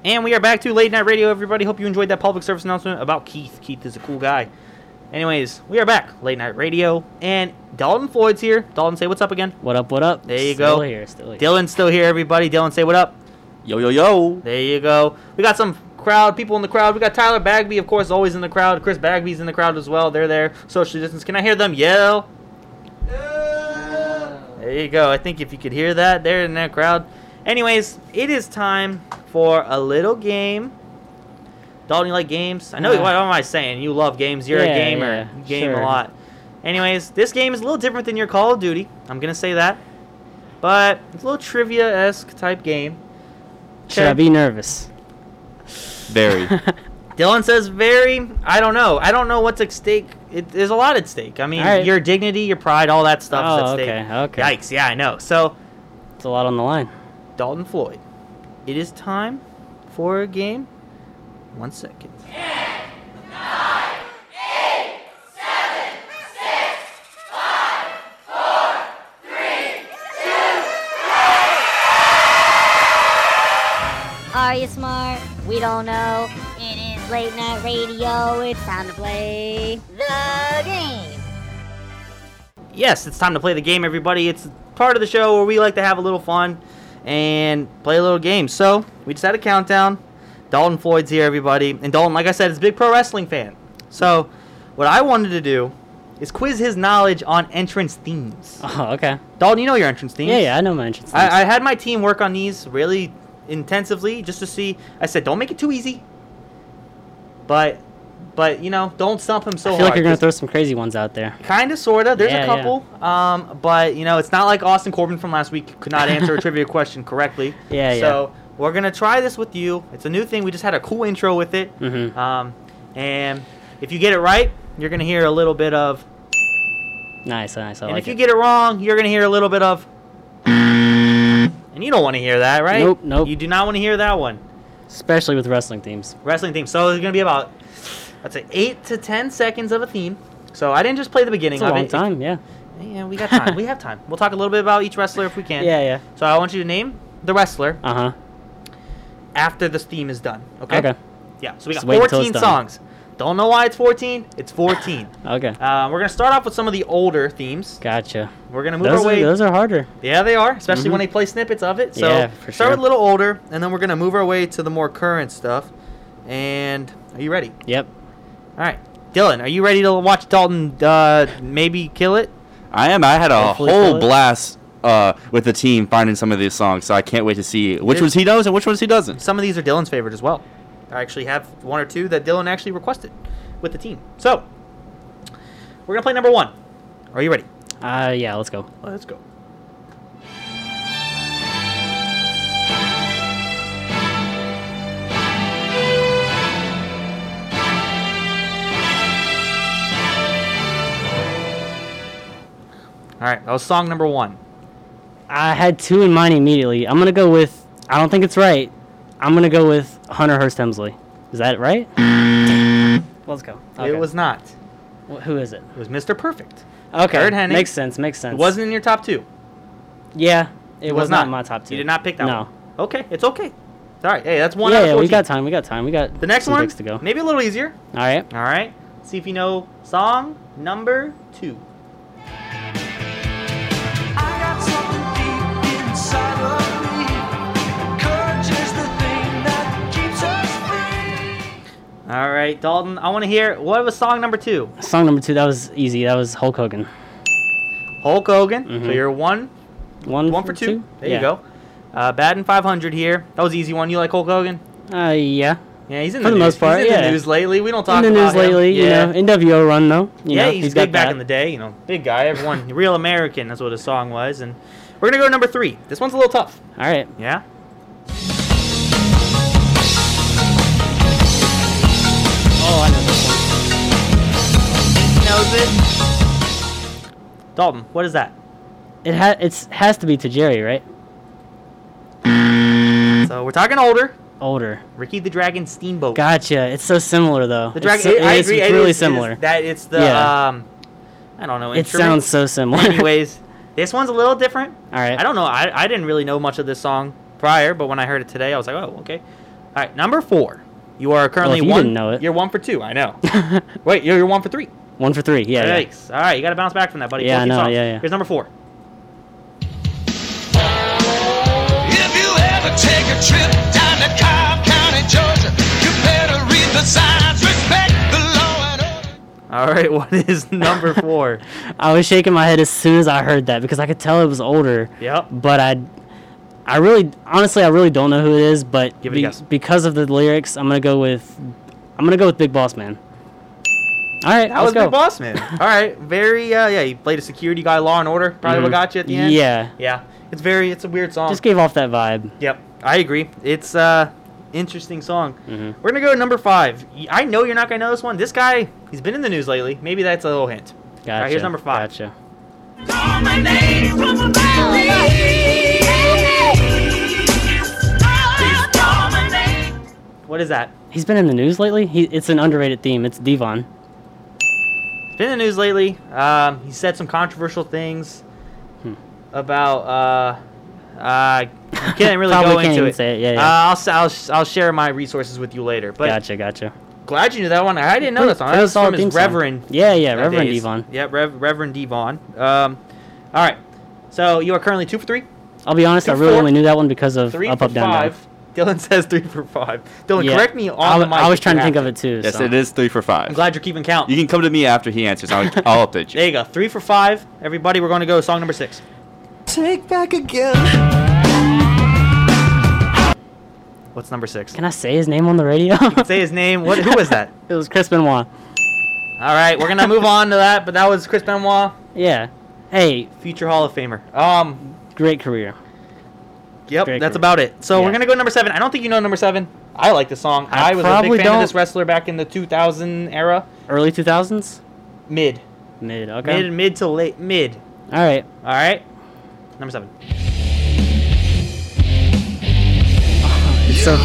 Speaker 2: And we are back to late night radio, everybody. Hope you enjoyed that public service announcement about Keith. Keith is a cool guy. Anyways, we are back, late night radio, and Dalton Floyd's here. Dalton, say what's up again.
Speaker 5: What up? What up?
Speaker 2: There you
Speaker 5: still
Speaker 2: go.
Speaker 5: Here, still here.
Speaker 2: Dylan's still here, everybody. Dylan, say what up.
Speaker 3: Yo, yo, yo.
Speaker 2: There you go. We got some crowd, people in the crowd. We got Tyler Bagby, of course, always in the crowd. Chris Bagby's in the crowd as well. They're there. Social distance. Can I hear them yell? There you go. I think if you could hear that, they're in that crowd. Anyways, it is time for a little game. Dalton, you like games? I know.
Speaker 5: Yeah.
Speaker 2: What am I saying? You love games. You're a
Speaker 5: Uh, Yeah,
Speaker 2: gamer.
Speaker 5: yeah,
Speaker 2: you game
Speaker 5: sure.
Speaker 2: a lot. Anyways, this game is a little different than your Call of Duty. I'm gonna say that, but it's a little trivia-esque type game.
Speaker 5: Should I
Speaker 2: Okay.
Speaker 5: be nervous?
Speaker 3: Very.
Speaker 2: Dylan says, "Very. I don't know. I don't know what's at stake. It, there's a lot at stake. I mean,
Speaker 5: All right.
Speaker 2: your dignity, your pride, all that stuff is
Speaker 5: Oh,
Speaker 2: at stake.
Speaker 5: okay, okay.
Speaker 2: Yikes. Yeah, I know. So,
Speaker 5: It's a lot on the line.
Speaker 2: Dalton Floyd, it is time for a game. One second.
Speaker 1: Are you smart? We don't know. It is late night radio. It's time to play the game.
Speaker 2: Yes, it's time to play the game, everybody. It's part of the show where we like to have a little fun and play a little game. So we just had a countdown. Dalton Floyd's here, everybody. And Dalton, like I said, is a big pro wrestling fan. So what I wanted to do is quiz his knowledge on entrance themes.
Speaker 5: Oh, okay.
Speaker 2: Dalton, you know your entrance themes.
Speaker 5: Yeah, yeah, I know my entrance.
Speaker 2: I, I had my team work on these really intensively just to see. I said, don't make it too easy, but but you know, don't stump him so
Speaker 5: I feel like
Speaker 2: hard.
Speaker 5: you're gonna throw some crazy ones out there.
Speaker 2: kind of, sorta. There's a
Speaker 5: Yeah, yeah.
Speaker 2: couple, um, but you know, it's not like Austin Corbin from last week could not answer a trivia question correctly.
Speaker 5: Yeah, yeah.
Speaker 2: So we're gonna try this with you. It's a new thing. We just had a cool intro with it,
Speaker 5: Mhm.
Speaker 2: um, and if you get it right, you're gonna hear a little bit of.
Speaker 5: Nice, nice. I
Speaker 2: and
Speaker 5: like
Speaker 2: if you
Speaker 5: it.
Speaker 2: get it wrong, you're gonna hear a little bit of. And you don't want to hear that, right?
Speaker 5: Nope, nope.
Speaker 2: You do not want to hear that one.
Speaker 5: Especially with wrestling themes.
Speaker 2: wrestling theme. So it's gonna be about I'd say eight to ten seconds of a theme. So I didn't just play the beginning
Speaker 5: It's a
Speaker 2: of
Speaker 5: long
Speaker 2: it.
Speaker 5: time, yeah.
Speaker 2: Yeah, we got time. we have time. We'll talk a little bit about each wrestler if we can.
Speaker 5: Yeah, yeah.
Speaker 2: So I want you to name the wrestler
Speaker 5: Uh huh.
Speaker 2: after this theme is done. Okay.
Speaker 5: Okay.
Speaker 2: Yeah. So we got
Speaker 5: Just wait until
Speaker 2: 14
Speaker 5: it's done.
Speaker 2: songs. Don't know why it's 14. It's 14.
Speaker 5: Okay.
Speaker 2: uh, we're gonna start off with some of the older themes.
Speaker 5: Gotcha.
Speaker 2: We're gonna move
Speaker 5: Those
Speaker 2: our way.
Speaker 5: are, those are harder.
Speaker 2: Yeah, they are, especially when they play snippets of it. So
Speaker 5: Mm-hmm. Yeah, for
Speaker 2: start
Speaker 5: sure.
Speaker 2: with a little older, and then we're gonna move our way to the more current stuff. And are you ready?
Speaker 5: Yep.
Speaker 2: All right, Dylan, are you ready to watch Dalton uh, maybe kill it?
Speaker 3: I am. I had a
Speaker 5: Hopefully
Speaker 3: whole
Speaker 5: Philip.
Speaker 3: blast uh, with the team finding some of these songs, so I can't wait to see which
Speaker 2: Dude.
Speaker 3: ones he knows and which ones he doesn't.
Speaker 2: Some of these are Dylan's favorite as well. I actually have one or two that Dylan actually requested with the team. So we're gonna play number one. Are you ready?
Speaker 5: Uh, yeah. Let's go.
Speaker 2: Let's go. All right, that was song number one.
Speaker 5: I had two in mind immediately. I'm gonna go with. I don't think it's right. I'm gonna go with Hunter Hearst Hemsley. Is that right? Let's go. Okay.
Speaker 2: It was not.
Speaker 5: Wh- Who is it?
Speaker 2: It was Mr. Perfect.
Speaker 5: Okay.
Speaker 2: Third Henning.
Speaker 5: Makes sense. Makes sense.
Speaker 2: It wasn't in your top two.
Speaker 5: Yeah. It,
Speaker 2: It
Speaker 5: was, not in my top two.
Speaker 2: You did not pick that
Speaker 5: no.
Speaker 2: one. Okay, it's okay. It's all right. Hey, that's one. out
Speaker 5: yeah,
Speaker 2: of
Speaker 5: yeah. We
Speaker 2: 14.
Speaker 5: got time. We got time. We got
Speaker 2: the next
Speaker 5: some
Speaker 2: one.
Speaker 5: picks to go. All
Speaker 2: Maybe a little easier.
Speaker 5: right.
Speaker 2: All right. See if you know song number two. All right, Dalton. I want to hear what was song number two.
Speaker 5: Song number two. That was easy. That was Hulk Hogan.
Speaker 2: Hulk Hogan. So
Speaker 5: Mhm.
Speaker 2: you're one,
Speaker 5: One.
Speaker 2: one for two. There
Speaker 5: Yeah.
Speaker 2: you go. Uh, Bad and 500 here. That was an easy one. You like Hulk Hogan?
Speaker 5: Uh, yeah.
Speaker 2: Yeah, he's in
Speaker 5: For
Speaker 2: the
Speaker 5: the
Speaker 2: news.
Speaker 5: most part,
Speaker 2: he's in the
Speaker 5: yeah.
Speaker 2: news lately. We don't
Speaker 5: In
Speaker 2: talk
Speaker 5: the
Speaker 2: about
Speaker 5: news
Speaker 2: him.
Speaker 5: lately,
Speaker 2: yeah.
Speaker 5: you know, NWO run though. You
Speaker 2: yeah,
Speaker 5: know,
Speaker 2: he's,
Speaker 5: he's
Speaker 2: big
Speaker 5: got
Speaker 2: back
Speaker 5: that.
Speaker 2: in the day, you know, big guy, everyone, real American. That's what his song was, and we're gonna go to number three. This one's a little tough.
Speaker 5: All right.
Speaker 2: Yeah.
Speaker 5: Oh, I know this one.
Speaker 2: Knows it. Dalton, what is that?
Speaker 5: It ha- it's has to be to Jerry, right? Hmm.
Speaker 2: So we're talking older.
Speaker 5: Older.
Speaker 2: Ricky the Dragon Steamboat.
Speaker 5: Gotcha. It's so similar though.
Speaker 2: The dragon.
Speaker 5: It's, so,
Speaker 2: I
Speaker 5: it's
Speaker 2: agree. it
Speaker 5: really
Speaker 2: is- it is
Speaker 5: similar.
Speaker 2: that it's the
Speaker 5: Yeah.
Speaker 2: um, I don't know.
Speaker 5: it
Speaker 2: instrument.
Speaker 5: sounds so similar.
Speaker 2: Anyways, this one's a little different.
Speaker 5: All right.
Speaker 2: I don't know. I, I didn't really know much of this song prior, but when I heard it today, I was like, oh, okay. All right, number four. You are currently
Speaker 5: if you
Speaker 2: one.
Speaker 5: didn't know it.
Speaker 2: You're one for two. I know. Wait, you're, you're one for three.
Speaker 5: One for three. Yeah. yeah.
Speaker 2: Yikes. All right, you got to bounce back from that, buddy.
Speaker 5: Yeah, I
Speaker 2: 14
Speaker 5: know,
Speaker 2: songs.
Speaker 5: yeah, yeah.
Speaker 2: Here's number four.
Speaker 9: If you ever take a trip down to Cobb County, Georgia, you better read the signs, respect the law and order.
Speaker 2: All right, what is number four?
Speaker 5: I was shaking my head as soon as I heard that because I could tell it was older.
Speaker 2: yep.
Speaker 5: But I, I really, honestly, I really don't know who it is. But
Speaker 2: Give it a guess.
Speaker 5: because of the lyrics, I'm gonna go with, I'm gonna go with Big Boss Man. All right.
Speaker 2: That
Speaker 5: let's
Speaker 2: was
Speaker 5: go.
Speaker 2: Big Boss Man. All right, very, uh, yeah, you played a security guy, Law and Order. Probably what
Speaker 5: Mhm.
Speaker 2: got you at the end.
Speaker 5: Yeah.
Speaker 2: Yeah, it's very, it's a weird song.
Speaker 5: Just gave off that vibe.
Speaker 2: Yep, I agree. It's uh interesting song.
Speaker 5: Mm-hmm.
Speaker 2: We're gonna go to number five. Y- I know you're not gonna know this one. This guy, he's been in the news lately. Maybe that's a little hint.
Speaker 5: Gotcha.
Speaker 2: All right, here's number five.
Speaker 5: Gotcha.
Speaker 2: What is that?
Speaker 5: He's been in the news lately. He, it's an underrated theme. It's Devon.
Speaker 2: He's been in the news lately. Um,
Speaker 5: Hmm.
Speaker 2: he said some controversial things about uh, uh, Can't really
Speaker 5: Probably
Speaker 2: go
Speaker 5: can't
Speaker 2: into
Speaker 5: even
Speaker 2: it.
Speaker 5: say it, yeah, yeah.
Speaker 2: Uh, I'll, s- I'll, s- I'll share my resources with you later. But
Speaker 5: gotcha, gotcha.
Speaker 2: glad you knew that one. I didn't know that song.
Speaker 5: Pretty
Speaker 2: That
Speaker 5: solid
Speaker 2: song
Speaker 5: theme
Speaker 2: is
Speaker 5: song.
Speaker 2: Reverend.
Speaker 5: Yeah, yeah, Reverend
Speaker 2: nowadays.
Speaker 5: Devon.
Speaker 2: Yep, Rev- Reverend Devon. Um, all right. So you are currently two for three,
Speaker 5: I'll be honest, I
Speaker 2: Two,
Speaker 5: really
Speaker 2: four,
Speaker 5: only knew that one because of
Speaker 2: three
Speaker 5: Up,
Speaker 2: for
Speaker 5: Up, Down,
Speaker 2: five.
Speaker 5: Down.
Speaker 2: Dylan says three for five. Dylan,
Speaker 5: Yeah.
Speaker 2: correct me on
Speaker 5: I,
Speaker 2: the
Speaker 5: w-
Speaker 2: mic.
Speaker 5: I was
Speaker 2: if
Speaker 5: trying
Speaker 2: you
Speaker 5: to
Speaker 2: have
Speaker 5: think of it too.
Speaker 3: Yes,
Speaker 5: so.
Speaker 3: it is three for five.
Speaker 2: I'm glad you're keeping count.
Speaker 3: You can come to me after he answers. I'll, I'll update you.
Speaker 2: There you go. Three for five. Everybody, we're going to go song number six.
Speaker 9: Take back again.
Speaker 2: What's number six?
Speaker 5: Can I say his name on the radio?
Speaker 2: Say his name. What? Who was that?
Speaker 5: it was Chris Benoit.
Speaker 2: All right, we're gonna move on to that. But that was Chris Benoit,
Speaker 5: Yeah. Hey,
Speaker 2: future Hall of Famer. Um,
Speaker 5: great career.
Speaker 2: yep,
Speaker 5: Great
Speaker 2: that's
Speaker 5: career.
Speaker 2: about it. So
Speaker 5: Yeah.
Speaker 2: we're gonna go number seven. I don't think you know number seven. I like the song. I,
Speaker 5: I
Speaker 2: was a big
Speaker 5: probably
Speaker 2: fan
Speaker 5: don't-
Speaker 2: of this wrestler back in the 2000 era.
Speaker 5: Early 2000s?
Speaker 2: Mid,
Speaker 5: Mid, okay.
Speaker 2: mid, mid to late mid.
Speaker 5: All right.
Speaker 2: All right, number seven.
Speaker 5: It's so,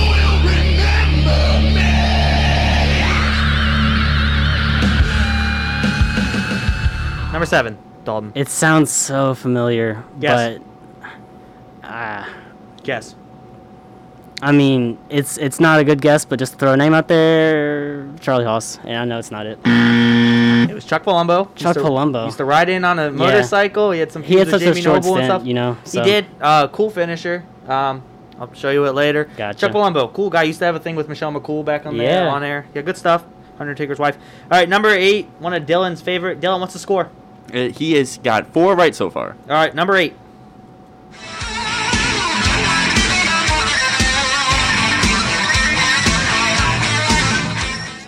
Speaker 2: Number seven, Dalton.
Speaker 5: it sounds so familiar,
Speaker 2: Yes.
Speaker 5: but ah,
Speaker 2: Guess.
Speaker 5: I mean, it's it's not a good guess, but just throw a name out there, Charlie Haas. And I know it's not it.
Speaker 2: It was Chuck Palumbo. He
Speaker 5: Chuck
Speaker 2: used to-
Speaker 5: Palumbo.
Speaker 2: he Used to ride in on a motorcycle. He had some
Speaker 5: He had
Speaker 2: feuds
Speaker 5: such
Speaker 2: with
Speaker 5: a
Speaker 2: Jamie
Speaker 5: short
Speaker 2: Noble and
Speaker 5: stint,
Speaker 2: stuff.
Speaker 5: you know. So.
Speaker 2: He did. Uh, cool finisher. Um, I'll show you it later.
Speaker 5: Gotcha.
Speaker 2: Chuck Palumbo, cool guy. Used to have a thing with Michelle McCool back on there,
Speaker 5: Yeah.
Speaker 2: on air. Yeah, good stuff. Undertaker's wife. All right, number eight, one of Dylan's favorite. Dylan, what's the score?
Speaker 3: Uh, he has got four right so far.
Speaker 2: All right, number eight.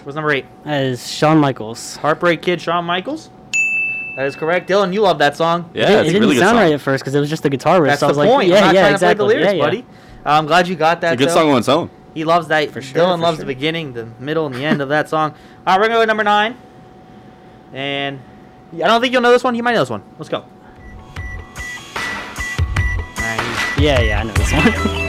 Speaker 2: What's number eight?
Speaker 5: That is Shawn Michaels.
Speaker 2: Heartbreak Kid, Shawn Michaels. That is correct. Dylan, you love that song.
Speaker 3: Yeah,
Speaker 5: it,
Speaker 3: it's
Speaker 5: it
Speaker 3: a
Speaker 5: didn't
Speaker 3: really good
Speaker 5: sound
Speaker 3: song.
Speaker 5: right at first because it was just the guitar riff.
Speaker 2: That's
Speaker 5: so I
Speaker 2: the
Speaker 5: was like,
Speaker 2: point.
Speaker 5: yeah,
Speaker 2: I'm not
Speaker 5: yeah,
Speaker 2: trying
Speaker 5: exactly.
Speaker 2: to play the lyrics,
Speaker 5: yeah, yeah.
Speaker 2: buddy. I'm glad you got that.
Speaker 3: It's a good
Speaker 2: though.
Speaker 3: song on its own.
Speaker 2: He loves that. For
Speaker 5: sure,
Speaker 2: Dylan
Speaker 5: for
Speaker 2: loves
Speaker 5: sure.
Speaker 2: the beginning, the middle, and the end of that song. All right, we're gonna go to number nine, and I don't think you'll know this one. You might know this one. Let's go. All right,
Speaker 5: Yeah, yeah, I know this one.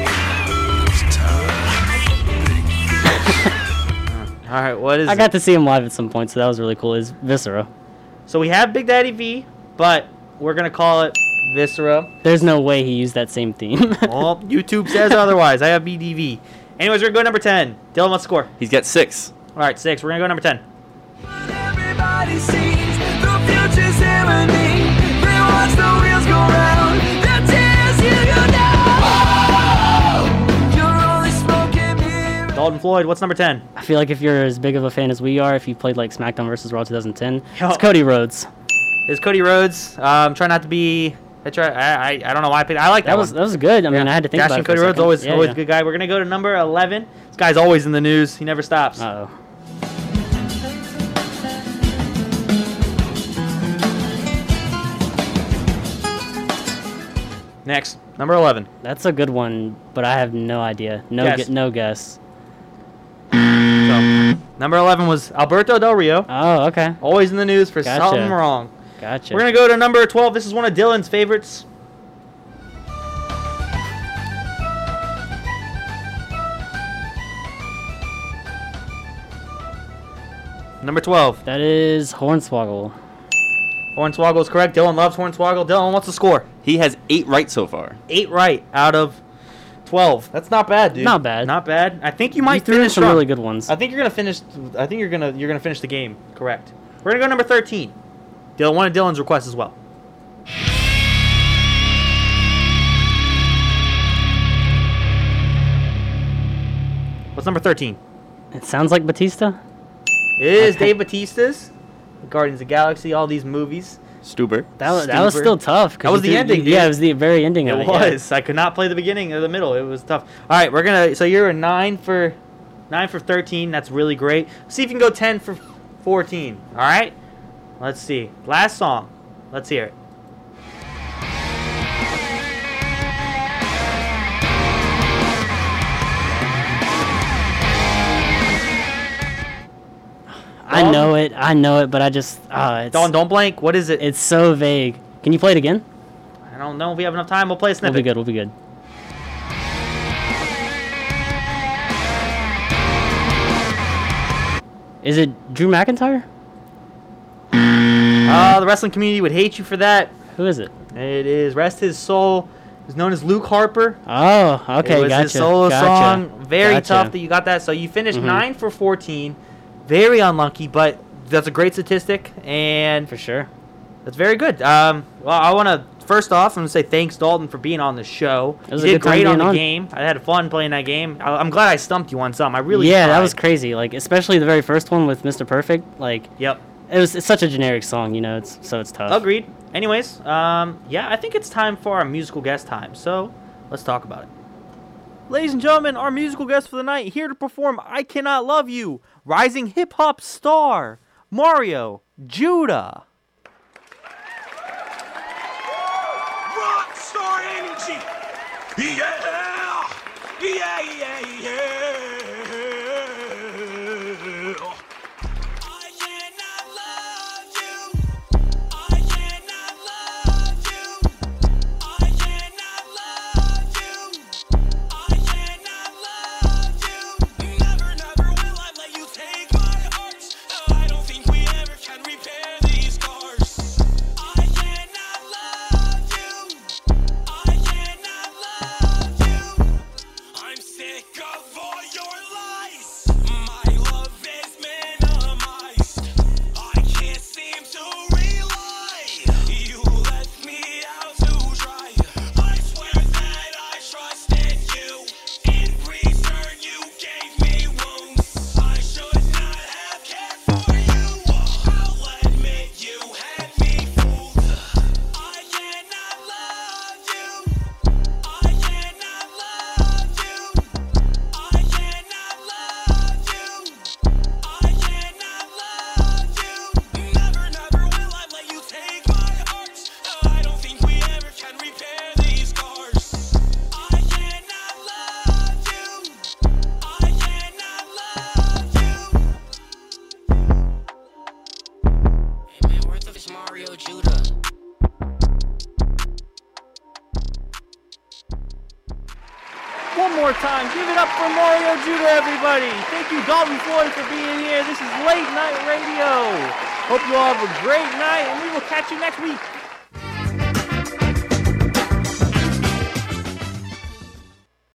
Speaker 2: all right, what is?
Speaker 5: I
Speaker 2: it?
Speaker 5: got to see him live at some point, so that was really cool. Is Viscera?
Speaker 2: So we have Big Daddy V, but we're gonna call it Viscera.
Speaker 5: There's no way he used that same theme.
Speaker 2: Well, YouTube says otherwise. I have BDV. Anyways, we're gonna go to number ten. Dylan, what's the score?
Speaker 3: He's got six.
Speaker 2: All right, six. We're gonna go to number ten.
Speaker 9: Everybody sees the future's imminent. They watch the wheels go round. The tears you go down. You're only smoking mirrors.
Speaker 2: Dalton Floyd, what's number ten?
Speaker 5: I feel like if you're as big of a fan as we are, if you played like SmackDown versus Raw 2010,
Speaker 2: Yo.
Speaker 5: it's Cody Rhodes.
Speaker 2: Is Cody Rhodes? Um, try not to be. I try. I, I, I don't know why I picked. I like that,
Speaker 5: That
Speaker 2: one.
Speaker 5: was that was good. I mean, I had to think
Speaker 2: Dashing
Speaker 5: about it. for
Speaker 2: Cody
Speaker 5: a
Speaker 2: Rhodes
Speaker 5: second.
Speaker 2: always
Speaker 5: yeah,
Speaker 2: always
Speaker 5: yeah.
Speaker 2: good guy. We're gonna go to number eleven. This guy's always in the news. He never stops.
Speaker 5: Uh-oh.
Speaker 2: Next, number eleven.
Speaker 5: That's a good one, but I have no idea. No
Speaker 2: Guess.
Speaker 5: guess. no guess.
Speaker 2: So, number eleven was Alberto Del Rio.
Speaker 5: Oh, okay.
Speaker 2: Always in the news for
Speaker 5: Gotcha.
Speaker 2: something wrong.
Speaker 5: Gotcha.
Speaker 2: We're gonna go to number twelve. This is one of Dylan's favorites. Number twelve.
Speaker 5: That is Hornswoggle.
Speaker 2: Hornswoggle is correct. Dylan loves Hornswoggle. Dylan, what's the score?
Speaker 3: He has eight right so far.
Speaker 2: eight right out of twelve. That's not bad, dude.
Speaker 5: Not bad.
Speaker 2: Not bad. I think you might
Speaker 5: you threw in
Speaker 2: finish
Speaker 5: some
Speaker 2: strong.
Speaker 5: really good ones.
Speaker 2: I think you're gonna finish. I think you're gonna you're gonna finish the game. Correct. We're gonna go number thirteen. Dylan, one of Dylan's requests as well. What's number thirteen?
Speaker 5: It sounds like Batista.
Speaker 2: It is Dave Batista's Guardians of the Galaxy. All these movies.
Speaker 3: Stuber.
Speaker 5: That was, Oh, that was
Speaker 2: Stuber.
Speaker 5: still tough. 'cause
Speaker 2: That was
Speaker 5: you
Speaker 2: the
Speaker 5: threw-
Speaker 2: ending,
Speaker 5: Yeah,
Speaker 2: dude.
Speaker 5: it was the very ending of
Speaker 2: It
Speaker 5: it. yeah.
Speaker 2: was. I could not play the beginning or the middle. It was tough. All right, we're gonna. So you're a nine for, nine for thirteen. That's really great. See if you can go ten for fourteen. All right. Let's see. Last song. Let's hear it.
Speaker 5: I know it. I know it, but I just uh, it's
Speaker 2: Don, don't blank. What is it?
Speaker 5: it's so vague. Can you play it again?
Speaker 2: I don't know if we have enough time. We'll play a
Speaker 5: We'll
Speaker 2: snippet.
Speaker 5: be good. We'll be good. Is it Drew McIntyre?
Speaker 2: Uh, the wrestling community would hate you for that.
Speaker 5: Who is it?
Speaker 2: It is rest his soul. is known as Luke Harper.
Speaker 5: Oh, okay,
Speaker 2: it was
Speaker 5: gotcha.
Speaker 2: his solo
Speaker 5: gotcha,
Speaker 2: song. Very
Speaker 5: gotcha. Mm-hmm.
Speaker 2: tough that you got that. So you finished nine for fourteen. Very unlucky, but that's a great statistic, and
Speaker 5: for sure.
Speaker 2: that's very good. Um, well, I want to first off, I'm gonna say thanks Dalton for being on the show.
Speaker 5: It was
Speaker 2: you
Speaker 5: a
Speaker 2: did
Speaker 5: good time
Speaker 2: great on
Speaker 5: being
Speaker 2: the
Speaker 5: on.
Speaker 2: game. I had fun playing that game. I, I'm glad I stumped you on some. I really
Speaker 5: yeah, that
Speaker 2: tried.
Speaker 5: was crazy. Like especially the very first one with Mr. Perfect. Like
Speaker 2: Yep.
Speaker 5: it was it's such a generic song, you know. It's so it's tough.
Speaker 2: Agreed. Anyways, um, yeah, I think it's time for our musical guest time. So let's talk about it. Ladies and gentlemen, our musical guest for the night here to perform I Cannot Love You, rising hip hop star, Mario Judah.
Speaker 9: rock star energy. Yeah, yeah, yeah, yeah. I cannot love you. I cannot love you. I cannot love you. I cannot love you. Never, never will I let you take my heart. I don't think we ever can repair these scars. I cannot love you. I cannot love you. I'm sick of all your lies. My love is minimized. I can't seem to realize you left me out to dry. I swear that I trusted you. In return, you gave me wounds. I should not have cared for you. I'll admit you had me fooled. I cannot love you. I cannot love you. I cannot love you. I cannot love you. Never, never will I let you take my heart. I don't think we ever can repair these scars. I cannot love you. I cannot love you. Hey man, worth of it's Mario Judah.
Speaker 2: One more time, give it up for Mario Judah, everybody. Thank you, Dalton Floyd, for being here. This is Late Night Radio. Hope you all have a great night, and we will catch you next week.